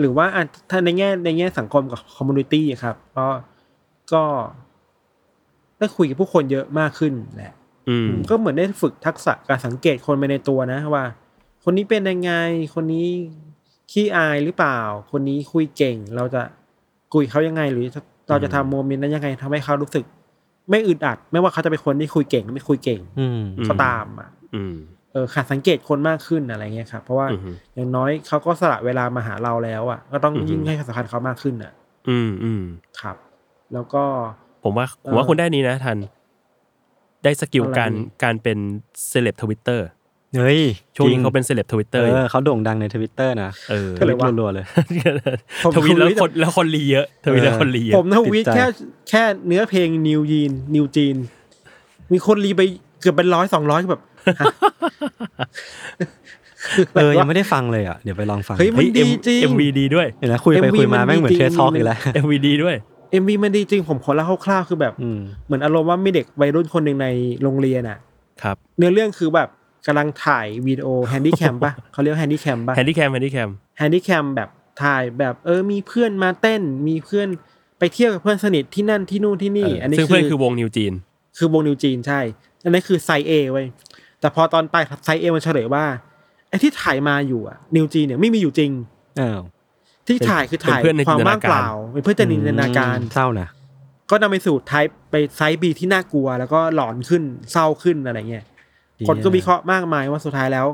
C: หรือว่าอ่ะถ้าในแง่ในแง่สังคมกับคอมมูนิตี้ครับก็ก็ได้คุยกับผู้คนเยอะมากขึ้นแหละ
D: อืม
C: ก็เหมือนได้ฝึกทักษะการสังเกตคนไปในตัวนะว่า คนนี้เป็นยังไง คนนี้ขี้อายหรือเปล่า คนนี้คุยเก่ง เราจะคุยเขายังไง หรือเราจะทำโมเมนต์นั้นยังไงทำให้เขารู้สึก ไม่อึดอัด ไม่ว่าเขาจะเป็นคนที่คุยเก่งหรือไม่คุยเก่ง
B: อืม
D: อืม
C: ก็ตามอ่ะ
D: อืม
C: เออขาดสังเกตคนมากขึ้นอะไรเงี้ยครับเพราะว่า
D: อืม
C: อย่างน้อยเขาก็สละเวลามาหาเราแล้วอ่ะก็ต้อง
D: อือฮึ
C: ยิ่งให้ความสำคัญเขามากขึ้นอ่ะ
D: อืมอืม
C: ครับ แล้วก็
D: ผมว่าผมว่า
C: เออ
D: คุณได้นี้นะทัน ได้สกิล
C: อะไร
D: การ
C: ดี
D: การเป็นเซเลบทวิตเตอร์
B: เฮ้ย
D: ช่วงนี้
B: จ
D: เขา
B: ริ
D: เป็นเซเลบทวิตเต
B: เอ
D: อร์
B: อเขาโด่งดังในทวิตเตอร์นะ
D: เออ
B: ทวิตรัวๆเลย
C: ผม
D: ทวิตแล้
C: ท
D: ว
C: วิต
D: คนแล้วคนรีเยอะ ทวิตแล้วคนรีเยอะ
C: ผมทวีต
B: ติดใจ
C: แค่แค่เนื้อเพลงนิวยีนนิวจีน มีคนรีไปเกือบเป็นร้อยสองร้อยแบบฮะ
B: เออยังไม่ได้ฟังเลยอ่ะเดี๋ยวไปลองฟัง
C: เฮ้ยมัน
D: เฮ้ย
C: ดีจริง
D: เอ็มวีดีด้วย
B: เดี๋ยวนะคุยไป
C: MV
B: คุยมา
C: มัน
B: แม่งเหมือน
C: ดี
B: เทส
C: จริง
B: ท็อก
C: มัน
B: อีกแล้ว
D: เอ็มวีดีด้วย
C: เอ็มวีมันดีจริงผมขอเล่าคร่าวๆคือแบบ
B: อืม
C: เหมือนอารมณ์ว่ามีเด็กวัยรุ่นคนหนึ่งในโรงเรียนอ่ะ
D: ครับ
C: เนื้อเรื่องคือแบบกำลังถ่ายวิดีโอแฮนดี้แคมป่ะ เขาเรียกแฮนดี้แคมป่ะ
D: แฮนดี้แคมแฮนดี้แคม
C: แฮนดี้แคมแบบถ่ายแบบเออมีเพื่อนมาเต้น มีเพื่อนไปเที่ยวกับเพื่อนสนิทที่นั่นที่นู่นที่นี่ อันนี้
D: ซึ่ง
C: คื
D: เพื่อน
C: อ
D: คือวงนิวจีน
C: คือวงนิวจีนใช่ อันนี้นคือไซเอไว้ยแต่พอตอนไปไซเอมันเฉลยว่าไอ้ที่ถ่ายมาอยู่อะนิวจีนเนี่ยไม่มีอยู่จริง
B: อ้าว
C: ที่ถ่ายคือถ่าย
D: เป็นเพื่อนใน
C: ความ
D: จินตนา
C: ว่าง
D: การ
C: เปล่าเป็นเพื่อนจินตนาการ
B: อืมเศร้านะ
C: ก็นำไปสู่ไทป์ไปไซบีที่น่ากลัว แล้วก็หลอนขึ้นเศร้าขึ้นอะไรเงี้ย คนก็วิเคราะห์มากมายว่าสุดท้ายแล้ว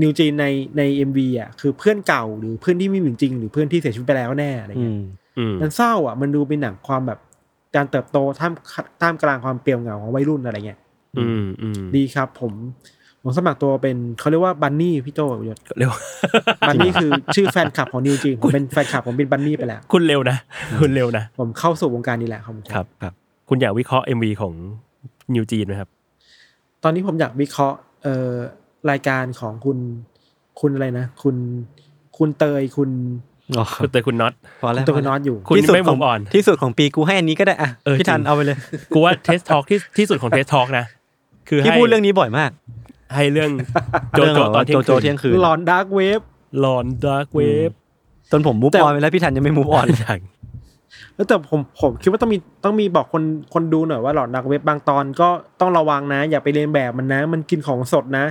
C: นิวจีนในในเอ็มวีอะคือเพื่อนเก่าหรือเพื่อนที่ไม่มีอยู่จริง หรือเพื่อนที่เสียชีวิตไปแล้วแน่อะไร
B: อื
C: เงี้
B: ม
C: ย
D: อืม
C: มันเศร้าอ่ะมันดูเป็นหนังความแบบการเติบโตท่ามท่ามกลางความเปรียวเหงาของวัยรุ่นอะไรเงี้ย
D: อืมอืม
C: ดีครับผมผมสมัครตัวเป็นเขาเรียกว่าบันนี่พี่โตย ศ
D: เร็ว
C: บันนี่คือชื่อแฟนคลับของ นิวจีนผมเป็นแฟนคลับผมเป็นบันนี่ไปแล้ว
D: คุณเร็วนะ คุณเร็วนะ
C: ผมเข้าสู่วงการนี้แหละครับผม
D: ครับ คุณอยากวิเคราะห์ MV ของนิวจีนไหมครับ
C: ตอนนี้ผมอยากวิเคราะห์เอ่อรายการของคุณคุณอะไรนะ คุณคุณเตยคุณ
B: อ๋อ
D: คุณเตยคุณน็อต
B: พอแล้ว
C: ตัวน้อตอยู่
D: คุณ
B: ที่สุด
D: ไม่
B: ข
D: มุ
B: อง
D: มอ่อน
B: ที่สุดของปีกูให้อันนี้ก็ได้อ่ะ
D: เออ
B: พี่
D: จริง
B: ทันเอาไปเลย
D: กูว่าเทสทอ l k ที่ที่สุดของเทสทอ l k นะ คือ
B: พี่
D: ให้
B: พูดเรื่องนี้บ่อยมาก
D: ให้เรื่องโจ
B: เรื่ง
D: โจ
B: แบบ
D: ตอ
B: ว่าน
D: เที่ยง
B: โจเที่ยงคืน
C: หลอนดาร์กเวฟ
D: หลอนดาร์กเวฟ
B: จนผมมูฟ
C: แต่
B: ออนไปแล้วพี่ทันยังไม่มูฟออน
D: อย่าง
C: แล้วแต่ผมผมคิดว่าต้องมีต้องมีบอกคนคนดูหน่อยว่าหลอนดาร์กเวฟบางตอนก็ต้องระวังนะ อย่าไปเลียนแบบมันนะ มันกินของสดนะ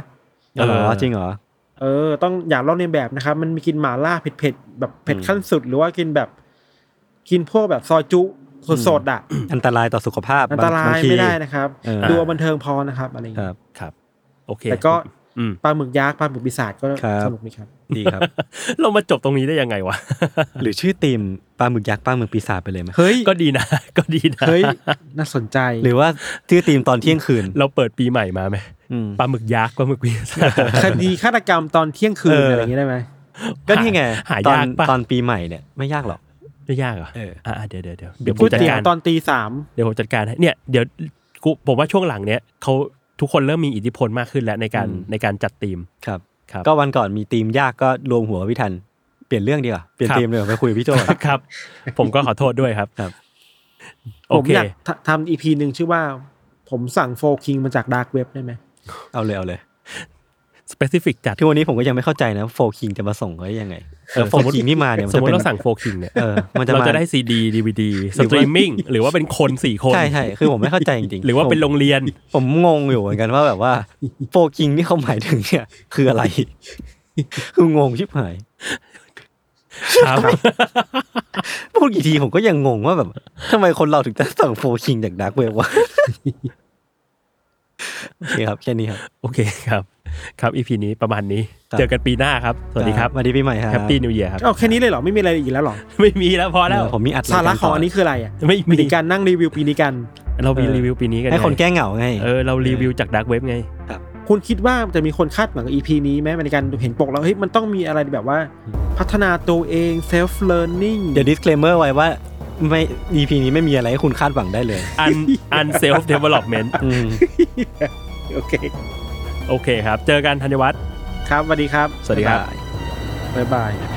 B: อ๋
D: เอ
B: อ
D: อ
B: จริงเหรอ
C: เออต้องอย่าลอกเลียนแบบนะครับ มันมีกินหมาล่าเผ็ดๆแบบเผ็ด
B: อืม
C: ขั้นสุด หรือว่ากินแบบ กินพวกแบบซอยจุสดๆอ่ะ
B: อันตรายต่อสุขภาพ
C: อันตรา
B: บง
C: ย
B: ที
C: ไม่ได้นะครับ
B: เออ
C: ดูเอาบันเทิงพอนะครับอะไรอย่าง
B: ครั
C: เงี้
B: บ
C: ย
D: ครับ โอเค
C: แต่ก็
D: อืม
C: ปลาหมึกยักษ์ปลาหมึกปีศาจก็
B: ครับ
C: สนุกดีครับ
B: ดีครับ
D: เรามาจบตรงนี้ได้ยังไงวะ
B: หรือชื่อทีมปลาหมึกยักษ์ปลาหมึกปีศาจไปเลยไหม
C: เฮ้ย
D: ก็ดีนะ ก็ดีนะ
C: เฮ้ยน่าสนใจ
B: หรือว่าชื่อทีมตอนเที่ยงคืน
D: เราเปิดปีใหม่มาไหม
B: อืม
D: ปลาหมึกยักษ์ปลาหมึกวีซ่า
C: คดีฆาตกรรมตอนเที่ยงคืน
B: เอออ
C: อะไรอย่างเงี้ยได้ไหม
B: ก็นี่ไง
D: หา
B: ตอย
D: าน กปะ
B: ตอนปีใหม่เนี่ยไม่ยากหรอก
D: ไม่ยากเหรอ
B: เอออ่
D: อ่ะๆเดี๋ยวเดี๋ยวเดี๋ยวเดี๋ยวผ
C: ก๋
D: ม
C: วย
D: จัด
C: เตี๋ย
D: กาว ร
C: ตอนตีสาม
D: เดี๋ยวผมจัดการให้เนี่ยเดี๋ยวกูผมว่าช่วงหลังเนี้ยเขาทุกคนเริ่มมีอิทธิพลมากขึ้นแล้วในการ
B: อืม
D: ในการจัดทีม
B: ครับ
D: ครับ
B: ก็วันก่อนมีทีมยากก็รวมหัวพี่ทัน เปลี่ยนเรื่องดีกว่า เปลี่ยน
D: ครับ
B: ทีมเลยไปคุยกับพี่โจก่อน
D: ครับ ผมก็ขอโทษด้วยครับ
B: ครับ
D: โอ
C: ผม
D: เค
C: อยากทำทำอีพีหนึ่งชื่อว่า ผมสั่งโฟคิงมาจากดาร์กเว็บได้ไหม
B: เอาเลยเอาเลย
D: สเปซิฟิกจัด
B: ที่วันนี้ผมก็ยังไม่เข้าใจนะโฟคิงจะมาส่งเขาได้ยังไง
D: เออ
B: โฟ
D: สมมติ
B: กิงนี่มาเนี่ย
D: สมมติเราสั่ง
B: น
D: โฟกิงเนี่ย
B: เออมันจะ
D: เรา
B: มา
D: จะได้ซีดีดีวดี
B: ห
D: ส
B: รือว่า
D: ตรีมมิ่งหรือว่าเป็นคนสี่คน
B: ใช่ใช่คือผมไม่เข้าใจจริงๆ
D: หรือว่าเป็
B: ผ
D: น
B: ม
D: โรงเรียน
B: ผมงงอยู่เหมือนกันว่าแบบว่าโฟกิงที่เขาหมายถึงเนี่ย คืออะไร คืองงชิบหาย
D: ครับ
B: พูดกี่ทีผมก็ยังงงว่าแบบทำไมคนเราถึงจะสั่งโฟคิงจากดาร์กเวบวะ โอเคครับ แค่นี้ครับ
D: โอเคครับ ครับอีพีนี้ประมาณนี้
B: ครับ
D: เจอกันปีหน้าครับ สวัสดีครับ
B: สวัสดีปีใหม่ครับ
D: แฮปปี้นิวเยียร์ครับ
C: เอาแค่นี้เลยเหรอไม่มีอะไรอีกแล้วเหรอ
D: ไม่มีแล้วพอ
B: เอ
D: แล้ว
B: อผมมีอัดย
C: สาระ
B: ก
C: ของ
B: ต่
C: อันนี้คืออะไรอ่ะ
D: ไม่
C: มี
D: มี
C: การนั่งรีวิวปีนี้กัน
D: เรามีรีวิวปีนี้กัน
B: ให้คน
D: ไง
B: แก้เหงาไง
D: เออเรารีวิวจากดักเว็บไง
C: คุณคิดว่าจะมีคนคาดหวังกับ EP นี้ไหมในการเห็นปกแล้วเฮ้ยมันต้องมีอะไรแบบว่า พัฒนาตัวเอง self learning
B: เดี๋ยว disclaimer ไว้ว่า ไม่ EP นี้ไม่มีอะไรให้คุณคาดหวังได้ เลย
D: อัน อันเซลฟ์เดเวล็อปเมนต์
B: อืม
C: โอเค
D: โอเคครับ เจอกันธัญวัฒน์
C: ครับสวัสดีครับ
D: สวัสดีครับ
C: บ๊ายบาย
B: ค